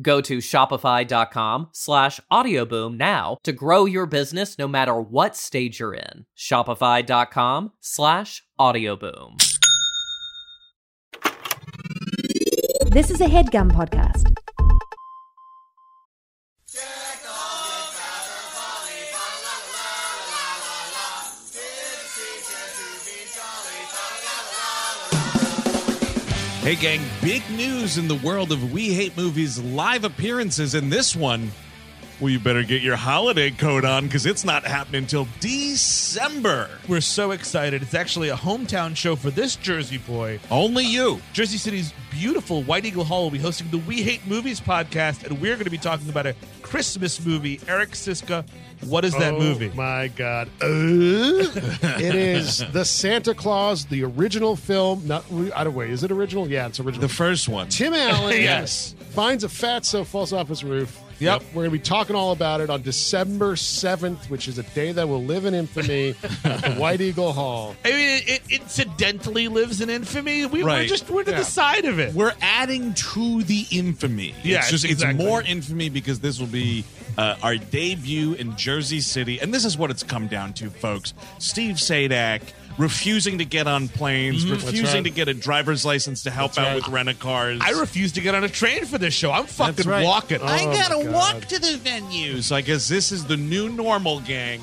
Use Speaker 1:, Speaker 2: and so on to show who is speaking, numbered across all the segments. Speaker 1: Go to shopify.com slash audioboom now to grow your business no matter what stage you're in. Shopify.com slash audioboom.
Speaker 2: This is a headgum podcast.
Speaker 3: Hey, gang, big news in the world of We Hate Movies live appearances. In this one, well, you better get your holiday coat on because it's not happening until December.
Speaker 4: We're so excited. It's actually a hometown show for this Jersey boy.
Speaker 3: Only you.
Speaker 4: Jersey City's beautiful White Eagle Hall will be hosting the We Hate Movies podcast, and we're going to be talking about a Christmas movie. Eric Siska, what is that
Speaker 5: Oh,
Speaker 4: movie?
Speaker 5: My God, Uh, it is the Santa Claus, the original film. Not re- I don't wait. Is it original? Yeah, it's original.
Speaker 3: The first one.
Speaker 5: Tim Allen,
Speaker 4: Yes.
Speaker 5: finds a fatso falls off his roof.
Speaker 4: Yep.
Speaker 5: We're going to be talking all about it on December seventh, which is a day that will live in infamy at the White Eagle Hall.
Speaker 4: I mean, it, it incidentally lives in infamy. We, We're
Speaker 3: Right.
Speaker 4: just we're to
Speaker 5: Yeah.
Speaker 4: the side of it.
Speaker 3: We're adding to the infamy.
Speaker 4: Yes,
Speaker 3: it's just
Speaker 4: exactly.
Speaker 3: it's more infamy because this will be uh, our debut in Jersey City, and this is what it's come down to, folks. Steve Sadak refusing to get on planes, refusing
Speaker 5: right.
Speaker 3: to get a driver's license to help out with rent a cars.
Speaker 4: I refuse to get on a train for this show. I'm
Speaker 3: That's
Speaker 4: fucking
Speaker 3: right.
Speaker 4: walking.
Speaker 3: I
Speaker 5: Oh,
Speaker 3: gotta
Speaker 5: my
Speaker 3: walk
Speaker 5: God.
Speaker 3: to the venue. So I guess this is the new normal, gang.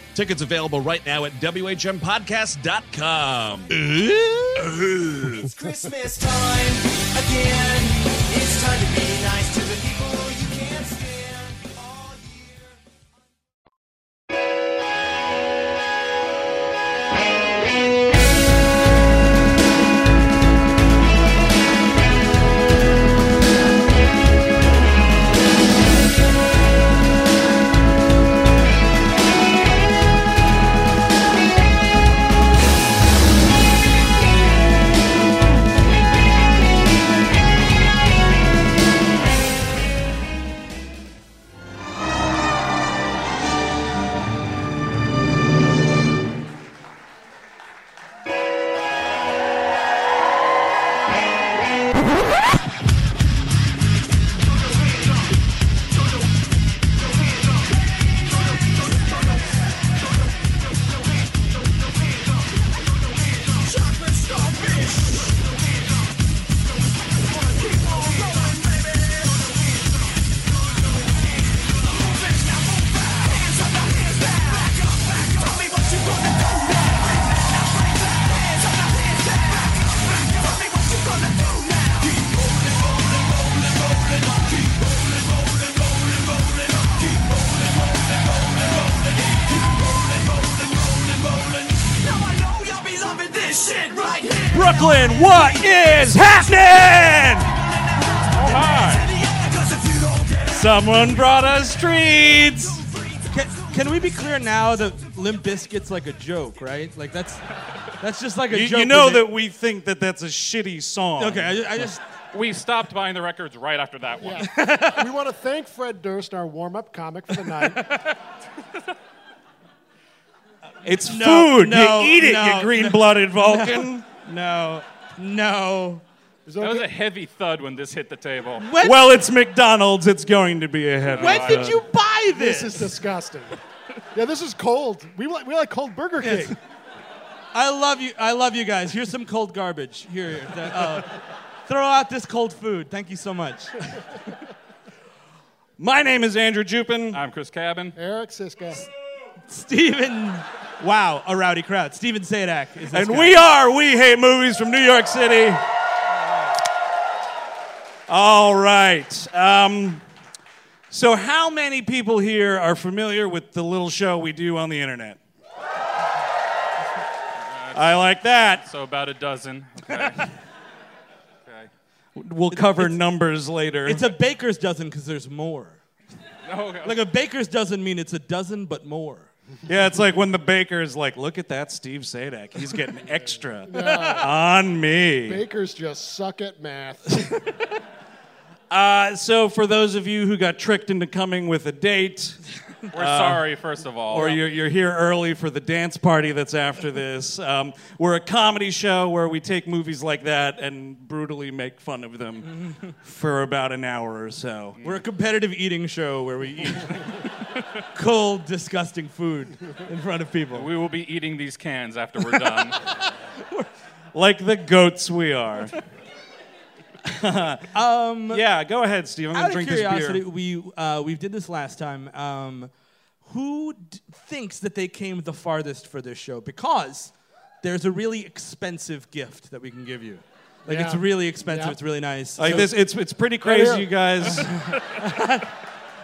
Speaker 3: Tickets available right now at WHMPodcast.com.
Speaker 6: It's Christmas time again. It's time to be nice to the people you can't stand all year.
Speaker 4: Brooklyn, what is happening? Oh, hi. Someone brought us treats.
Speaker 7: Can, can we be clear now that Limp Biscuit's like a joke, right? Like that's that's just like a
Speaker 8: You,
Speaker 7: joke.
Speaker 8: you know
Speaker 7: with it.
Speaker 8: that we think that that's a shitty song.
Speaker 7: Okay, I, ju- I just
Speaker 9: We stopped buying the records right after that one.
Speaker 5: we want to thank Fred Durst, our warm-up comic for the night.
Speaker 8: It's
Speaker 4: No,
Speaker 8: food.
Speaker 4: no,
Speaker 8: you eat it,
Speaker 4: no,
Speaker 8: you green-blooded Vulcan.
Speaker 4: No, no.
Speaker 9: That was a heavy thud when this hit the table.
Speaker 4: When,
Speaker 8: Well, it's McDonald's. It's going to be a heavy.
Speaker 4: when
Speaker 8: one.
Speaker 4: did you buy this?
Speaker 5: This is disgusting. Yeah, this is cold. We like we like cold Burger King.
Speaker 7: I love you. I love you guys. Here's some cold garbage. Here, here. th- uh, throw out this cold food. Thank you so much.
Speaker 8: My name is Andrew Jupin.
Speaker 7: Uh,
Speaker 9: I'm Chris Cabin.
Speaker 5: Eric Siska.
Speaker 7: Steven. Wow, a rowdy crowd. Steven Sadak is this
Speaker 8: And
Speaker 7: guy.
Speaker 8: we are We Hate Movies from New York City. All right. Um, so, how many people here are familiar with the little show we do on the internet? I like that.
Speaker 9: So about a dozen. Okay. okay.
Speaker 8: We'll cover numbers later.
Speaker 7: It's a baker's dozen because there's more.
Speaker 9: Okay.
Speaker 7: Like a baker's dozen mean it's a dozen but more.
Speaker 8: yeah, it's like when the baker's like, look at that Steve Sadak. He's getting extra on me.
Speaker 5: Bakers just suck at math.
Speaker 8: Uh, so, for those of you who got tricked into coming with a date,
Speaker 9: We're sorry, first of all.
Speaker 8: or you're, you're here early for the dance party that's after this. Um, we're a comedy show where we take movies like that and brutally make fun of them for about an hour or so.
Speaker 7: We're a competitive eating show where we eat cold, disgusting food in front of people.
Speaker 9: we will be eating these cans after we're done.
Speaker 8: Like the goats we are. um, yeah, go ahead, Steve. I'm going
Speaker 7: Out
Speaker 8: to
Speaker 7: of
Speaker 8: drink
Speaker 7: curiosity,
Speaker 8: this beer.
Speaker 7: we uh, we did this last time. Um, who d- thinks that they came the farthest for this show? Because there's a really expensive gift that we can give you. Like it's
Speaker 5: Yeah.
Speaker 7: really expensive.
Speaker 5: Yeah.
Speaker 7: It's really nice.
Speaker 8: Like
Speaker 7: So-
Speaker 8: this, it's, it's pretty crazy,
Speaker 5: here.
Speaker 8: you guys.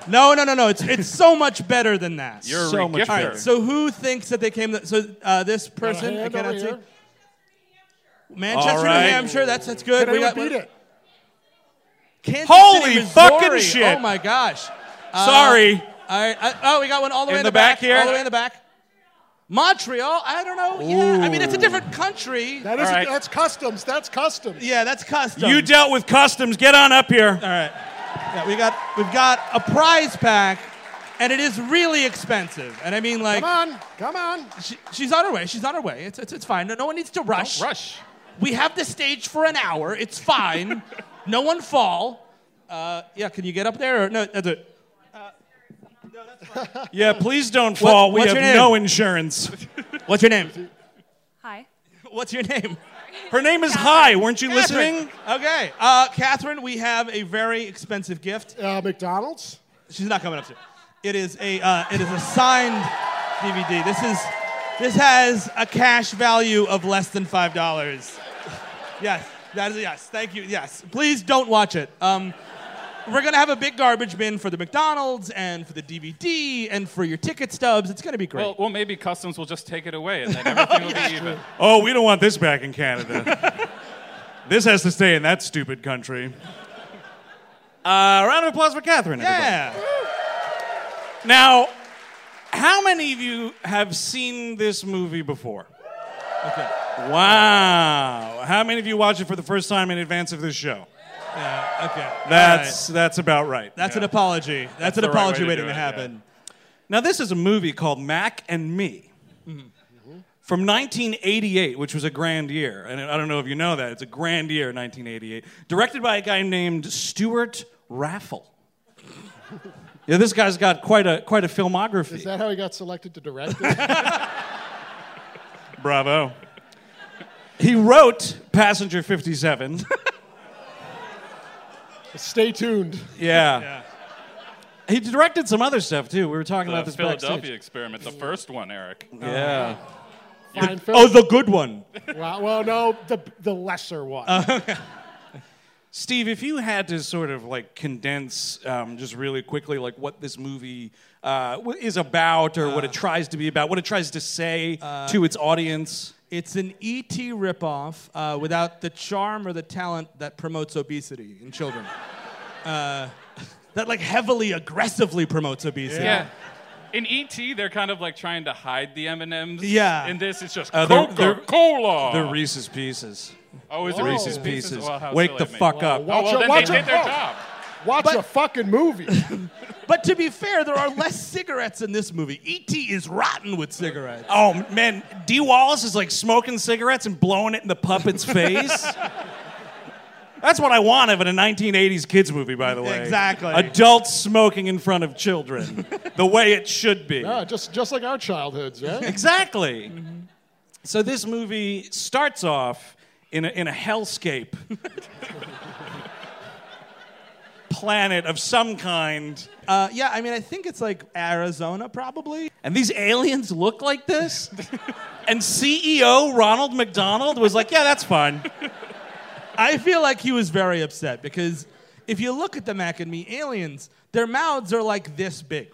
Speaker 7: No, no, no, no. It's it's so much better than that.
Speaker 9: You're a
Speaker 8: So much
Speaker 9: regifter.
Speaker 7: All right. So who thinks that they came? The, so uh, this person, I
Speaker 5: Hand
Speaker 7: cannot
Speaker 5: over
Speaker 7: see.
Speaker 5: here.
Speaker 7: Manchester,
Speaker 8: All right.
Speaker 7: New Hampshire. That's that's good.
Speaker 5: Can anyone beat it?
Speaker 7: Kansas
Speaker 8: Holy
Speaker 7: City,
Speaker 8: fucking
Speaker 7: Missouri.
Speaker 8: shit.
Speaker 7: Oh my gosh. Uh,
Speaker 8: Sorry.
Speaker 7: All right. I, oh, we got one all the
Speaker 8: In
Speaker 7: way in,
Speaker 8: the back here?
Speaker 7: All the way in the back. Montreal. I don't know. Yeah. I mean, it's a different country.
Speaker 5: That is
Speaker 9: All right.
Speaker 5: that's customs. That's customs.
Speaker 7: yeah, that's custom.
Speaker 8: You dealt with customs. Get on up here.
Speaker 7: all right. Yeah, we got we've got a prize pack, and it is really expensive. And I mean, like,
Speaker 5: Come on, come on.
Speaker 7: she- she's on her way. She's on her way. It's it's, it's fine. No, no one needs to rush.
Speaker 9: Rush.
Speaker 7: We have the stage for an hour. It's fine. no one fall. Uh, yeah, can you get up there? Or, no, that's it.
Speaker 8: Yeah, please don't fall. we
Speaker 7: what's
Speaker 8: have
Speaker 7: your name?
Speaker 8: no insurance.
Speaker 7: What's your name?
Speaker 10: Hi.
Speaker 7: What's your name?
Speaker 8: Her name is Hi. Weren't you
Speaker 7: Catherine.
Speaker 8: listening?
Speaker 7: Okay. Uh, Catherine, we have a very expensive gift.
Speaker 5: Uh, McDonald's.
Speaker 7: She's not coming up soon. It is a uh, it is a signed DVD. This is this has a cash value of less than five dollars. Yes, that is a yes. Thank you. Yes, please don't watch it. Um, we're gonna have a big garbage bin for the McDonald's and for the DVD and for your ticket stubs. It's gonna be great.
Speaker 9: Well, well, maybe customs will just take it away and then everything will be even.
Speaker 8: Oh, we don't want this back in Canada. this has to stay in that stupid country. Uh, round of applause for Catherine. everybody.
Speaker 7: yeah.
Speaker 8: Now, how many of you have seen this movie before?
Speaker 7: Okay.
Speaker 8: Wow. How many of you watch it for the first time in advance of this show?
Speaker 7: Yeah. Okay. All right.
Speaker 8: That's that's about right.
Speaker 7: That's an apology. That's, an
Speaker 9: the right
Speaker 7: apology
Speaker 9: way to
Speaker 7: waiting
Speaker 9: do
Speaker 7: to
Speaker 9: it,
Speaker 7: happen.
Speaker 8: Now, this is a movie called Mac and Me
Speaker 7: Mm-hmm.
Speaker 8: from 1988, which was a grand year. And I don't know if you know that. It's a grand year, 1988. Directed by a guy named Stuart Raffle. yeah, this guy's got quite a, quite a filmography.
Speaker 5: Is that how he got selected to direct it?
Speaker 8: Bravo. He wrote Passenger 57.
Speaker 5: Stay tuned.
Speaker 8: yeah. He directed some other stuff too. We were talking
Speaker 9: The
Speaker 8: about this
Speaker 9: Philadelphia
Speaker 8: backstage.
Speaker 9: experiment, the first one, Eric.
Speaker 8: Yeah.
Speaker 5: Fine film.
Speaker 7: Oh, the good one.
Speaker 5: Wow, well, no, the the lesser one.
Speaker 9: Uh,
Speaker 8: Steve, if you had to sort of like condense um, just really quickly, like what this movie
Speaker 7: Uh.
Speaker 8: uh, wh- is about or what it tries to be about, what it tries to say to its audience.
Speaker 7: It's an ET ripoff uh, without the charm or the talent that promotes obesity in children. Uh, that like heavily aggressively promotes obesity.
Speaker 9: Yeah. In ET, they're kind of like trying to hide the M and M's.
Speaker 7: Yeah.
Speaker 9: In this, it's just
Speaker 3: Uh, they're- they're-
Speaker 9: Coca Cola.
Speaker 3: They're Reese's Pieces.
Speaker 9: oh, is it
Speaker 5: Whoa.
Speaker 9: Reese's Pieces?
Speaker 3: Pieces.
Speaker 9: Well, how
Speaker 3: Wake
Speaker 9: silly
Speaker 3: the
Speaker 9: of me.
Speaker 3: fuck up.
Speaker 9: Oh,
Speaker 5: Watch
Speaker 9: well,
Speaker 5: your-
Speaker 9: then
Speaker 5: watch
Speaker 9: they
Speaker 5: your
Speaker 9: did their
Speaker 5: mouth.
Speaker 9: job.
Speaker 5: Watch a fucking movie.
Speaker 7: But to be fair, there are less cigarettes in this movie. ET is rotten with cigarettes.
Speaker 3: Oh man, D Wallace is like smoking cigarettes and blowing it in the puppet's face. That's what I want of in a 1980s kids movie, by the way.
Speaker 7: Exactly.
Speaker 3: Adults smoking in front of children, the way it should be.
Speaker 5: Yeah, Uh, just just like our childhoods, right?
Speaker 3: Exactly. So this movie starts off in a, in a hellscape planet of some kind.
Speaker 7: Uh, yeah, I mean, I think it's like Arizona, probably.
Speaker 3: And these aliens look like this? and CEO Ronald McDonald was like, yeah, that's fine.
Speaker 7: I feel like he was very upset because if you look at the Mac and Me aliens, their mouths are like this big.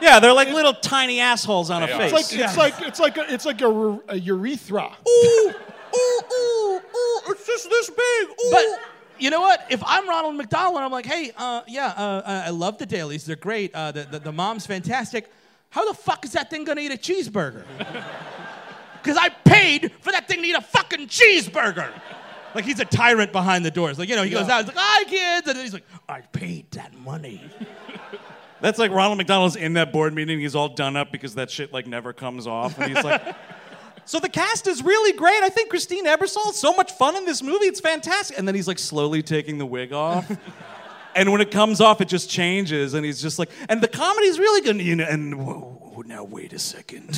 Speaker 3: Yeah, they're like little tiny assholes on a
Speaker 9: are.
Speaker 3: face.
Speaker 5: It's like it's like it's like a, it's like a, re- a urethra.
Speaker 3: ooh, ooh, ooh, ooh, it's just this big. Ooh.
Speaker 7: But you know what? If I'm Ronald McDonald, I'm like, hey, uh, yeah, uh, uh, I love the dailies. They're great. Uh, the, the, the mom's fantastic. How the fuck is that thing gonna eat a cheeseburger? Because I paid for that thing to eat a fucking cheeseburger. Like he's a tyrant behind the doors. Like you know, he goes out. He's like, "Hi, kids," and then he's like, "I paid that money."
Speaker 3: that's like Ronald McDonald's in that board meeting. He's all done up because that shit like never comes off, and he's like. So the cast is really great. I think Christine Ebersole is so much fun in this movie. It's fantastic. And then he's like slowly taking the wig off. and when it comes off, it just changes. And he's just like, and the comedy's really good. You know, and whoa, whoa, now wait a second.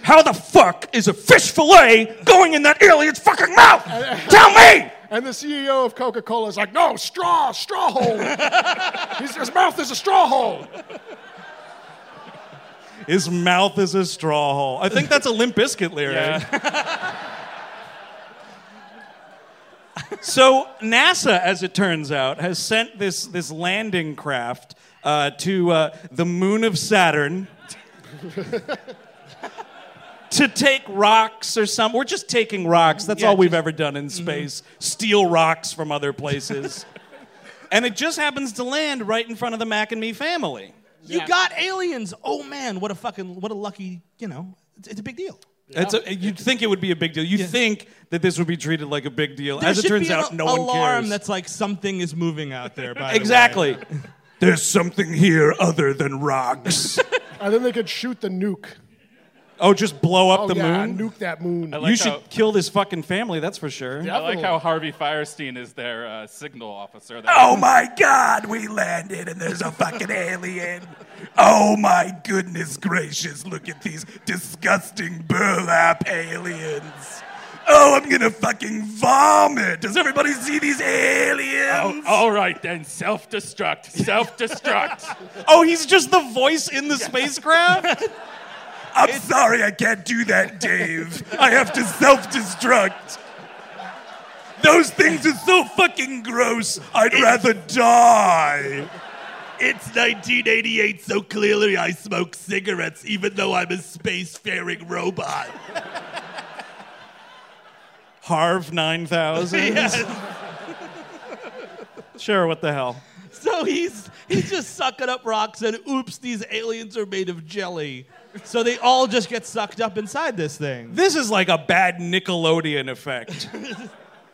Speaker 3: How the fuck is a fish fillet going in that alien's fucking mouth? Tell me!
Speaker 5: And the CEO of Coca-Cola is like, "No, straw, straw hole. his, his mouth is a straw hole."
Speaker 3: His mouth is a straw hole. I think that's a Limp Biscuit lyric.
Speaker 9: Yeah.
Speaker 3: So NASA, as it turns out, has sent this this landing craft uh, to uh, the moon of Saturn to take rocks or something. We're just taking rocks. That's all we've ever done in
Speaker 7: mm-hmm.
Speaker 3: space. Steal rocks from other places. and it just happens to land right in front of the Mac and Me family.
Speaker 7: You got aliens. Oh man, what a fucking what a lucky you know. It's, it's a big deal.
Speaker 3: That's a, you'd think it would be a big deal. You would think that this would be treated like a big deal.
Speaker 7: There
Speaker 3: As it
Speaker 7: should
Speaker 3: turns
Speaker 7: be an
Speaker 3: out, no
Speaker 7: alarm
Speaker 3: one cares.
Speaker 7: that's like something is moving out there. By the way.
Speaker 3: exactly. There's something here other than rocks.
Speaker 5: And then they could shoot the nuke.
Speaker 3: oh, just blow up
Speaker 5: Oh
Speaker 3: the
Speaker 5: yeah,
Speaker 3: moon.
Speaker 5: nuke that moon.
Speaker 9: like
Speaker 3: you
Speaker 9: how-
Speaker 3: should kill this fucking family. That's for sure.
Speaker 9: I
Speaker 5: Oh.
Speaker 9: like how Harvey Firestein is their uh, signal officer. There.
Speaker 3: Oh my God, we landed and there's a fucking alien. Oh my goodness gracious, look at these disgusting burlap aliens. Oh, I'm gonna fucking vomit. Does everybody see these aliens?
Speaker 9: All right then, self-destruct, self-destruct.
Speaker 3: Oh, he's just the voice in the spacecraft? I'm sorry, I can't do that, Dave. I have to self destruct. Those things are so fucking gross, I'd rather die.
Speaker 7: It's 1988, so clearly I smoke cigarettes, even though I'm a spacefaring robot.
Speaker 3: Harv 9000? Sure, what the hell.
Speaker 7: So he's he's just sucking up rocks, and oops, these aliens are made of jelly. So they all just get sucked up inside this thing.
Speaker 3: This is like a bad Nickelodeon effect.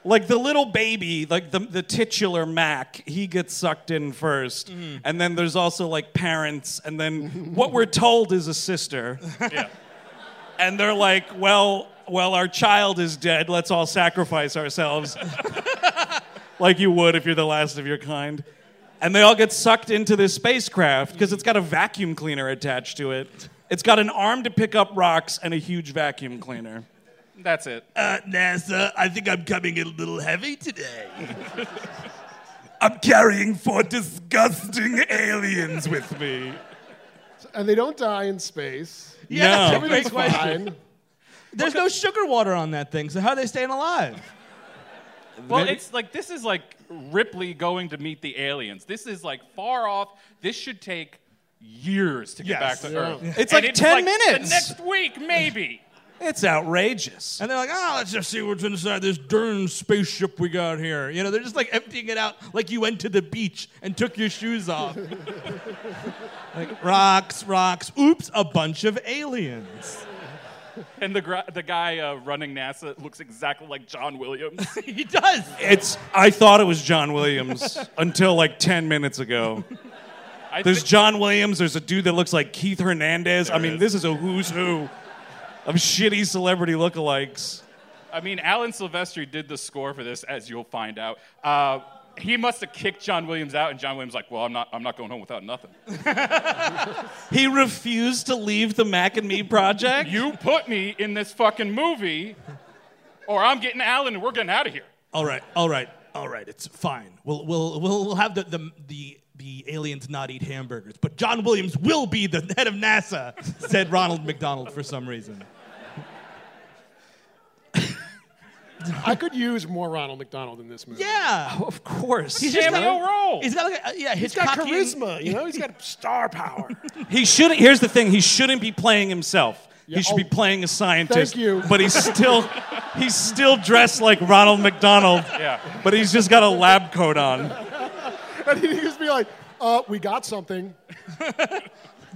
Speaker 3: like the little baby, like the, the titular Mac, he gets sucked in first.
Speaker 4: Mm-hmm.
Speaker 3: And then there's also like parents, and then what we're told is a sister.
Speaker 9: yeah.
Speaker 3: And they're like, well, well, our child is dead. Let's all sacrifice ourselves. like you would if you're the last of your kind. And they all get sucked into this spacecraft because it's got a vacuum cleaner attached to it. It's got an arm to pick up rocks and a huge vacuum cleaner.
Speaker 9: That's it.
Speaker 7: Uh, NASA, I think I'm coming in a little heavy today.
Speaker 3: I'm carrying four disgusting aliens with me.
Speaker 5: And they don't die in space.
Speaker 7: Yeah, that's a
Speaker 3: No.
Speaker 7: great
Speaker 5: Everything's
Speaker 7: question.
Speaker 5: fine.
Speaker 7: There's no sugar water on that thing, so how are they staying alive?
Speaker 9: Well, it's like this is like Ripley going to meet the aliens. This is like far off. This should take years to get
Speaker 7: Yes.
Speaker 9: back to
Speaker 5: Yeah.
Speaker 9: Earth.
Speaker 3: It's
Speaker 9: And
Speaker 3: like 10
Speaker 9: the
Speaker 3: minutes.
Speaker 9: next week, maybe.
Speaker 8: It's outrageous.
Speaker 4: And they're like, ah, let's just see what's inside this darn spaceship we got here. You know, they're just like emptying it out like you went to the beach and took your shoes off.
Speaker 7: Like rocks, rocks. Oops, a bunch of aliens.
Speaker 9: And the, gra- the guy uh, running NASA looks exactly like John Williams.
Speaker 7: he does.
Speaker 8: It's I thought it was John Williams until like 10 minutes ago.
Speaker 9: I
Speaker 8: There's
Speaker 9: thi-
Speaker 8: John Williams, there's a dude that looks like Keith Hernandez. I mean, this is a who's who of shitty celebrity lookalikes.
Speaker 9: I mean, Alan Silvestri did the score for this, as you'll find out. Uh, he must have kicked John Williams out, and John Williams like, well, I'm not, I'm not going home without nothing.
Speaker 8: He refused to leave the Mac and Me project.
Speaker 9: You put me in this fucking movie, or I'm getting Alan, and we're getting out of here.
Speaker 7: All right, all right, all right. It's fine. We'll we'll we'll, we'll have the, the the the aliens not eat hamburgers, but John Williams will be the head of NASA," said Ronald McDonald for some reason.
Speaker 5: I could use more Ronald McDonald in this movie.
Speaker 3: Oh,
Speaker 7: Yeah,
Speaker 8: of course.
Speaker 9: Cameo role.
Speaker 7: he's got like a, yeah, his
Speaker 5: he's got
Speaker 7: cocky-
Speaker 5: charisma. You know, he's got star power.
Speaker 8: He shouldn't. Here's the thing. He shouldn't be playing himself.
Speaker 5: Yeah,
Speaker 8: he should
Speaker 5: oh,
Speaker 8: be playing a scientist.
Speaker 5: thank you.
Speaker 8: But he's still, he's still dressed like Ronald McDonald.
Speaker 9: Yeah.
Speaker 8: But he's just got a lab coat on.
Speaker 5: and he just be like, "Uh, we got something."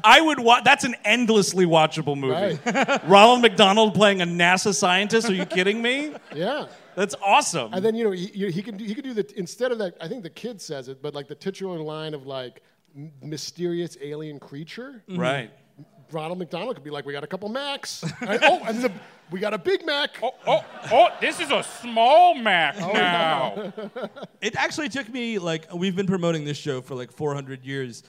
Speaker 8: I would watch. That's an endlessly watchable movie. Ronald McDonald playing a NASA scientist. Are you kidding me?
Speaker 5: Yeah.
Speaker 8: That's awesome.
Speaker 5: And then you know he, you- he can do- he can do the instead of that. I think the kid says it, but like the titular line of like m- mysterious alien creature.
Speaker 8: right.
Speaker 5: Ronald McDonald could be like, "We got a couple Macs. And, oh, and the, we got a Big Mac."
Speaker 9: Oh, oh, oh, this is a small Mac
Speaker 7: Oh,
Speaker 9: now.
Speaker 7: It actually took me like we've been promoting this show for like 400 years,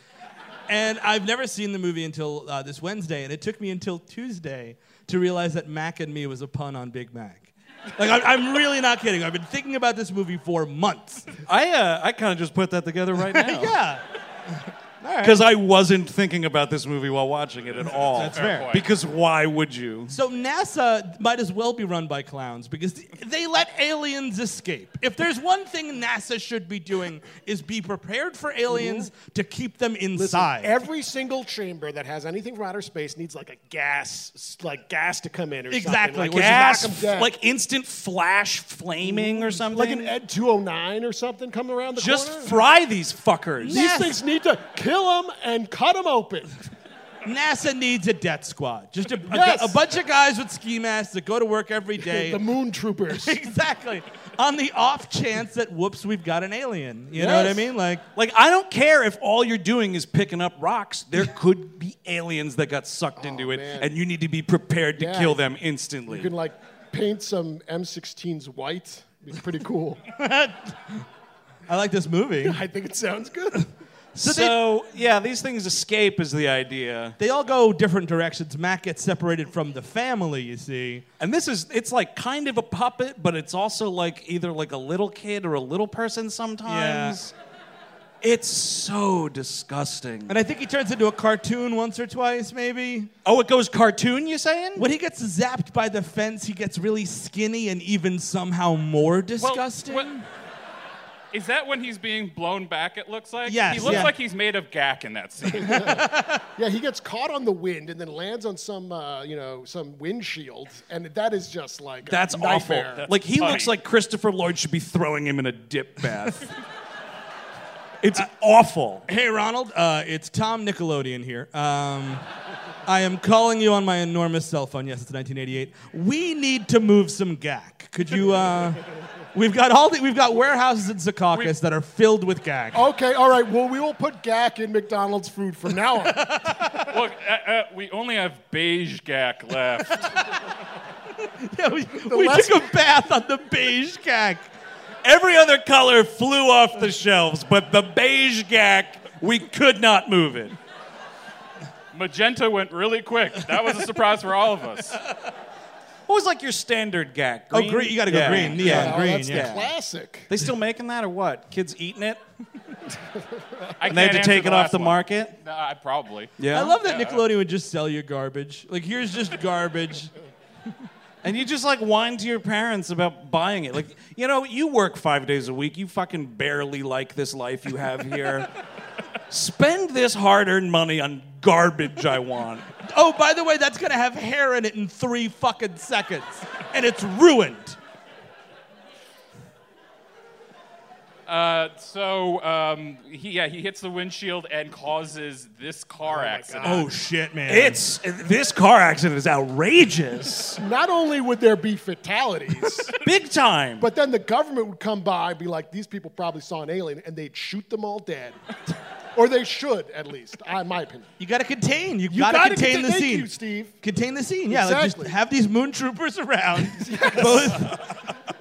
Speaker 7: and I've never seen the movie until uh, this Wednesday, and it took me until Tuesday to realize that Mac and Me was a pun on Big Mac. Like I'm, I'm really not kidding. I've been thinking about this movie for months.
Speaker 8: I uh, I kind of just put that together right now.
Speaker 7: Yeah.
Speaker 8: Because I wasn't thinking about this movie while watching it at all. That's
Speaker 9: fair. point.
Speaker 8: Because why would you?
Speaker 7: So NASA might as well be run by clowns because they let aliens escape. If there's one thing NASA should be doing is be prepared for aliens to keep them inside.
Speaker 5: Every single chamber that has anything from outer space needs like a gas, like gas to come in or
Speaker 7: Exactly,
Speaker 5: something. Like,
Speaker 8: Gas,
Speaker 5: knock 'em dead.
Speaker 8: like instant flash flaming or something.
Speaker 5: like an Ed 209 or something coming around the
Speaker 8: just
Speaker 5: corner.
Speaker 8: fry these fuckers.
Speaker 5: These things need to kill them and cut them open.
Speaker 7: NASA needs a death squad. Just a, a gu-
Speaker 5: Yes.
Speaker 7: a bunch of guys with ski masks that go to work every day.
Speaker 5: The moon troopers.
Speaker 7: exactly. On the off chance that whoops, we've got an alien. You know what I
Speaker 5: Yes.
Speaker 7: mean? Like
Speaker 8: Like I don't care if all you're doing is picking up rocks. There could be aliens that got sucked
Speaker 7: Oh,
Speaker 8: into it,
Speaker 5: man.
Speaker 8: and you need to be prepared to
Speaker 5: Yeah.
Speaker 8: kill them instantly.
Speaker 5: You can like paint some M16s white. It's pretty cool.
Speaker 7: I like this movie.
Speaker 5: I think it sounds good.
Speaker 8: so yeah, these things escape is the idea,
Speaker 7: They all go different directions. Mac gets separated from the family, you see.
Speaker 8: and this is it's like kind of a puppet, but it's also like either like a little kid or a little person sometimes. It's so disgusting.
Speaker 7: And I think he turns into a cartoon once or twice, maybe.
Speaker 8: oh, it goes cartoon. You saying?
Speaker 7: When he gets zapped by the fence, he gets really skinny and even somehow more
Speaker 9: Well,
Speaker 7: disgusting.
Speaker 9: what- Is that when he's being blown back? It looks like.
Speaker 7: Yes,
Speaker 9: He looks
Speaker 7: yeah.
Speaker 9: like he's made of gack in that scene.
Speaker 5: Yeah, he gets caught on the wind and then lands on some, uh, you know, some windshield, and that is just like a
Speaker 8: That's awful.
Speaker 5: nightmare.
Speaker 8: like he
Speaker 9: funny.
Speaker 8: looks like Christopher Lloyd should be throwing him in a dip bath. it's awful.
Speaker 7: Hey, Ronald, uh, it's Tom Nickelodeon here. Um, I am calling you on my enormous cell phone. Yes, it's 1988. We need to move some gack. Could you? Uh, we've got all the, we've got warehouses in Secaucus that are filled with gack.
Speaker 5: Okay, all right. Well, we will put gack in McDonald's food from now on.
Speaker 9: Look, uh, uh, we only have beige gack left.
Speaker 7: Yeah, we we
Speaker 5: less-
Speaker 7: took a bath on the beige gack.
Speaker 8: Every other color flew off the shelves, but the beige gack, we could not move it.
Speaker 9: Magenta went really quick. That was a surprise for all of us.
Speaker 8: What was like your standard gack?
Speaker 7: Oh, green! You got to go
Speaker 8: Yeah.
Speaker 7: green. Yeah,
Speaker 5: Oh,
Speaker 7: green.
Speaker 5: that's
Speaker 7: yeah.
Speaker 5: the classic.
Speaker 8: They still making that or what? Kids eating it?
Speaker 9: I
Speaker 8: And they had
Speaker 9: can't
Speaker 8: to take
Speaker 9: answer
Speaker 8: it off
Speaker 9: last
Speaker 8: the
Speaker 9: one.
Speaker 8: market?
Speaker 9: Nah, probably.
Speaker 8: Yeah.
Speaker 7: I love that Nickelodeon would just sell you garbage. Like here's just garbage.
Speaker 8: And you just like whine to your parents about buying it. Like, you know, you work five days a week. You fucking barely like this life you have here. Spend this hard earned money on garbage I want.
Speaker 7: oh, by the way, that's gonna have hair in it in three fucking seconds, and it's ruined.
Speaker 9: Uh, so um, he, yeah, he hits the windshield and causes this car accident.
Speaker 4: Oh shit, man!
Speaker 8: It's this car accident is outrageous,
Speaker 5: Not only would there be fatalities,
Speaker 8: big time.
Speaker 5: but then the government would come by and be like, these people probably saw an alien, and they'd shoot them all dead. or they should, at least, in my opinion.
Speaker 7: You gotta contain. You,
Speaker 5: gotta contain-
Speaker 7: contain, the
Speaker 5: thank
Speaker 7: scene.
Speaker 5: you, Steve.
Speaker 7: Contain the scene. Yeah, like
Speaker 5: Exactly.
Speaker 7: just have these moon troopers around.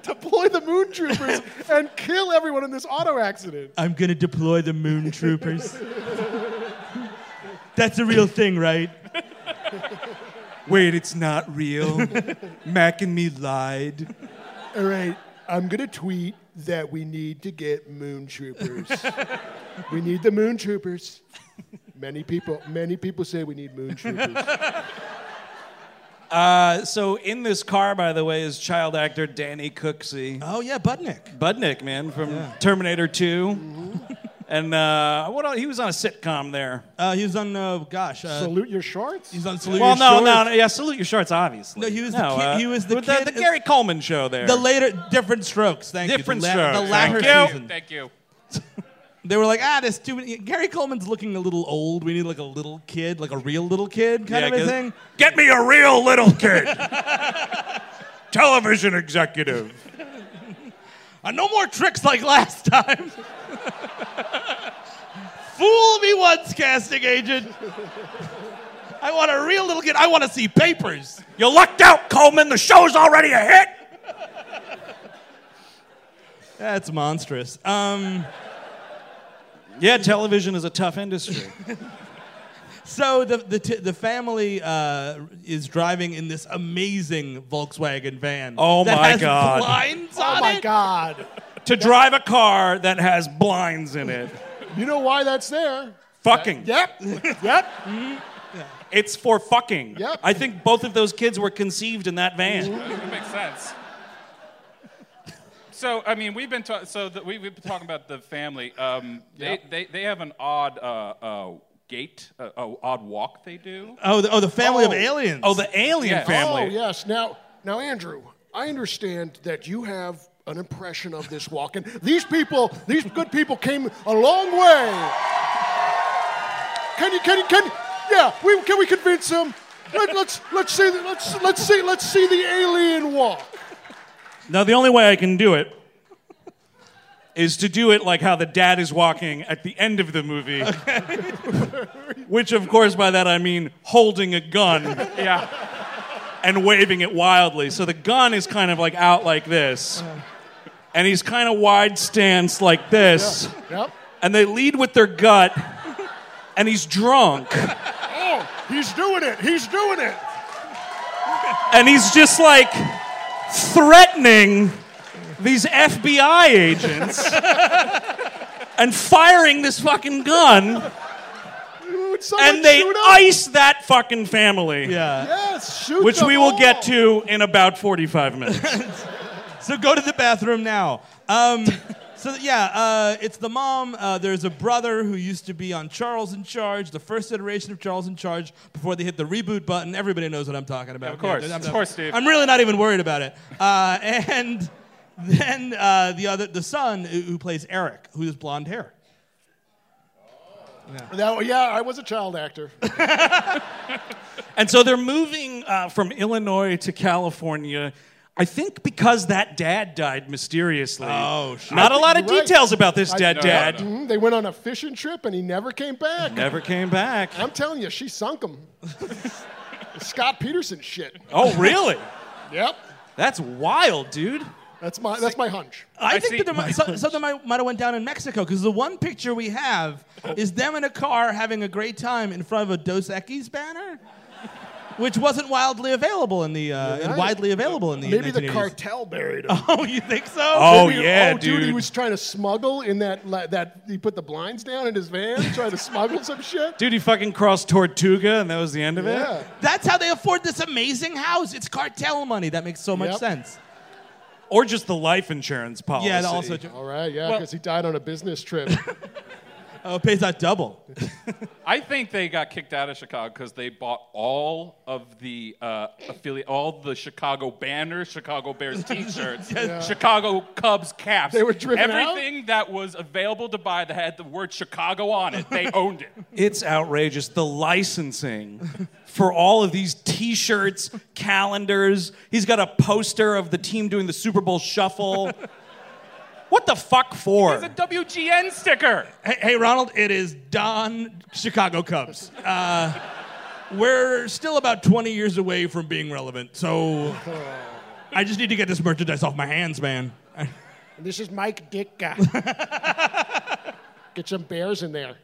Speaker 5: Deploy the moon troopers and kill everyone in this auto accident.
Speaker 7: I'm gonna deploy the moon troopers. That's a real thing, right?
Speaker 8: Wait, it's not real. Mac and me lied.
Speaker 5: All right, I'm gonna tweet that we need to get moon troopers. we need the moon troopers. Many people, many people say we need moon troopers.
Speaker 8: Uh, so in this car, by the way, is child actor Danny Cooksey.
Speaker 7: Oh yeah, Budnick.
Speaker 8: Budnick, man, from Terminator 2.
Speaker 7: Mm-hmm.
Speaker 8: And uh, what else? he was on a sitcom there.
Speaker 7: Uh, he was on. Uh, gosh. Uh,
Speaker 5: Salute your shorts.
Speaker 7: he's on Salute
Speaker 8: well,
Speaker 7: Your
Speaker 8: no,
Speaker 7: Shorts.
Speaker 8: no, no, yeah, salute your shorts, obviously.
Speaker 7: No, he was the kid- he was the
Speaker 8: with
Speaker 7: kid
Speaker 8: the,
Speaker 7: in-
Speaker 8: Gary Coleman show there.
Speaker 7: The later, different strokes. Thank
Speaker 8: Different
Speaker 7: you. The
Speaker 8: Strokes,
Speaker 7: The
Speaker 8: thank
Speaker 7: latter
Speaker 8: you.
Speaker 7: season.
Speaker 9: Thank you.
Speaker 7: They were like, ah, this too many. Gary Coleman's looking a little old. We need like a little kid, like a real little kid kind
Speaker 8: Yeah,
Speaker 7: of a
Speaker 8: 'cause-
Speaker 7: thing.
Speaker 8: Get me a real little kid. Television executive.
Speaker 7: Uh, no more tricks like last time. Fool me once, casting agent. I want a real little kid. I want to see papers.
Speaker 8: You lucked out, Coleman. The show's already a hit.
Speaker 7: That's monstrous. Um,
Speaker 8: Yeah, television is a tough industry.
Speaker 7: so the the, t- the family uh, is driving in this amazing Volkswagen van.
Speaker 8: Oh
Speaker 7: that
Speaker 8: my
Speaker 7: has
Speaker 8: God.
Speaker 7: Blinds on
Speaker 5: oh my
Speaker 7: it.
Speaker 5: God!
Speaker 8: to drive a car that has blinds in it.
Speaker 5: You know why that's there?
Speaker 8: Fucking.
Speaker 5: Yep.
Speaker 8: Yep. It's for
Speaker 5: Yep.
Speaker 8: fucking.
Speaker 5: Mm-hmm.
Speaker 8: I think both of those kids were conceived in that van.
Speaker 9: That makes sense. So I mean, we've been ta- so the, we, we've been talking about the family. Um, they, they they have an odd uh, uh, gait, uh, uh, odd walk they do.
Speaker 7: Oh, the, oh, the family of
Speaker 5: Oh.
Speaker 7: aliens.
Speaker 8: Oh, the alien
Speaker 9: Yeah.
Speaker 8: Um, family.
Speaker 5: Oh yes. Now, now, Andrew, I understand that you have an impression of this walk, and these people, these good people, came a long way. Can you? Can you? Can? Yeah. We can we convince them? Let, let's let's see. the- Let's let's see. Let's see the alien walk.
Speaker 8: Now, the only way I can do it is to do it like how the dad is walking at the end of the movie. Which, of course, by that I mean holding a gun
Speaker 9: Yeah.
Speaker 8: and waving it wildly. So the gun is kind of like out like this.
Speaker 5: Uh-huh.
Speaker 8: And he's kind of wide stance like this.
Speaker 5: Yep.
Speaker 8: and they lead with their gut, and he's drunk,
Speaker 5: Oh, he's doing it. He's doing it.
Speaker 8: and he's just like threatening these FBI agents and firing this fucking gun,
Speaker 5: Would someone
Speaker 8: and they
Speaker 5: shoot him?
Speaker 8: ice that fucking family.
Speaker 7: yeah.
Speaker 5: Yes. Shoot.
Speaker 8: Which
Speaker 5: them
Speaker 8: we will
Speaker 5: all.
Speaker 8: get to in about 45 minutes.
Speaker 7: So go to the bathroom now. Um, so yeah, uh, it's the mom. Uh, there's a brother who used to be on Charles in Charge, the first iteration of Charles in Charge before they hit the reboot button. Everybody knows what I'm talking about.
Speaker 9: Of course.
Speaker 7: I'm
Speaker 9: Of
Speaker 7: not-
Speaker 9: course, Steve.
Speaker 7: I'm really not even worried about it. Uh, and then uh, the other, the son who who plays Eric, who has blonde hair.
Speaker 5: That, yeah, I was a child actor.
Speaker 8: And so they're moving uh, from Illinois to California. I think because that dad died mysteriously. Oh, shit. Not a lot of
Speaker 5: You're right.
Speaker 8: details about this dead
Speaker 5: I-
Speaker 8: dad.
Speaker 5: Mhm, They went on a fishing trip and he never came back.
Speaker 8: Never came back.
Speaker 5: I'm telling you, she sunk him. Scott Peterson shit.
Speaker 8: Oh, really?
Speaker 5: Yep.
Speaker 8: That's wild, dude.
Speaker 5: That's my that's my hunch.
Speaker 7: I,
Speaker 9: I
Speaker 7: think
Speaker 9: see-
Speaker 7: that there might, so, something might, might have went down in Mexico because the one picture we have is them in a car having a great time in front of a Dos Equis banner, which wasn't wildly available in the uh, and
Speaker 5: right.
Speaker 7: widely available in the
Speaker 5: Maybe the
Speaker 7: 1980s.
Speaker 5: cartel buried him.
Speaker 7: Oh, you think so?
Speaker 8: Oh,
Speaker 5: Maybe-
Speaker 8: yeah,
Speaker 5: oh, dude. He
Speaker 8: dude.
Speaker 5: was trying to smuggle in that la- that he put the blinds down in his van, trying to smuggle some shit.
Speaker 8: Dude, he fucking crossed Tortuga and that was the end of
Speaker 5: Yeah.
Speaker 8: it?
Speaker 7: That's how they afford this amazing house. It's cartel money. That makes so much
Speaker 5: Yep.
Speaker 7: sense.
Speaker 8: Or just the life insurance policy.
Speaker 7: Yeah, and also
Speaker 5: All right, yeah, because he died on a business trip.
Speaker 7: Oh, it pays out double.
Speaker 9: I think they got kicked out of Chicago because they bought all of the uh, affiliate, all the Chicago banners, Chicago Bears T-shirts, Chicago Cubs caps.
Speaker 5: They were driven out?
Speaker 9: Everything that was available to buy that had the word Chicago on it, they owned it.
Speaker 8: It's outrageous. The licensing for all of these t shirts, calendars. He's got a poster of the team doing the Super Bowl shuffle. What the fuck for?
Speaker 9: It's a WGN sticker.
Speaker 7: Hey, hey, Ronald, it is Don Chicago Cubs. Uh, we're still about 20 years away from being relevant, so I just need to get this merchandise off my hands, man.
Speaker 5: This is Mike Ditka. Get some bears in there.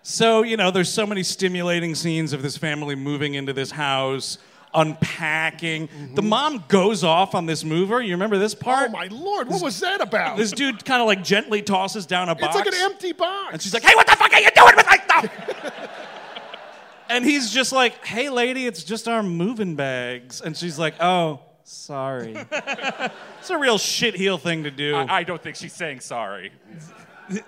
Speaker 8: So, you know, there's so many stimulating scenes of this family moving into this house, unpacking. The mom goes off on this mover. You remember this
Speaker 5: Mm-hmm. Oh
Speaker 8: part?
Speaker 5: my lord, what was that about?
Speaker 8: This dude kind of like gently tosses down a
Speaker 5: it's
Speaker 8: box.
Speaker 5: like an empty box.
Speaker 8: And she's like, hey, what the fuck are you doing with my stuff? and he's just like, hey, lady, it's just our moving bags. And she's like, oh, sorry. it's a real shit heel thing to do.
Speaker 9: I, I don't think she's saying sorry.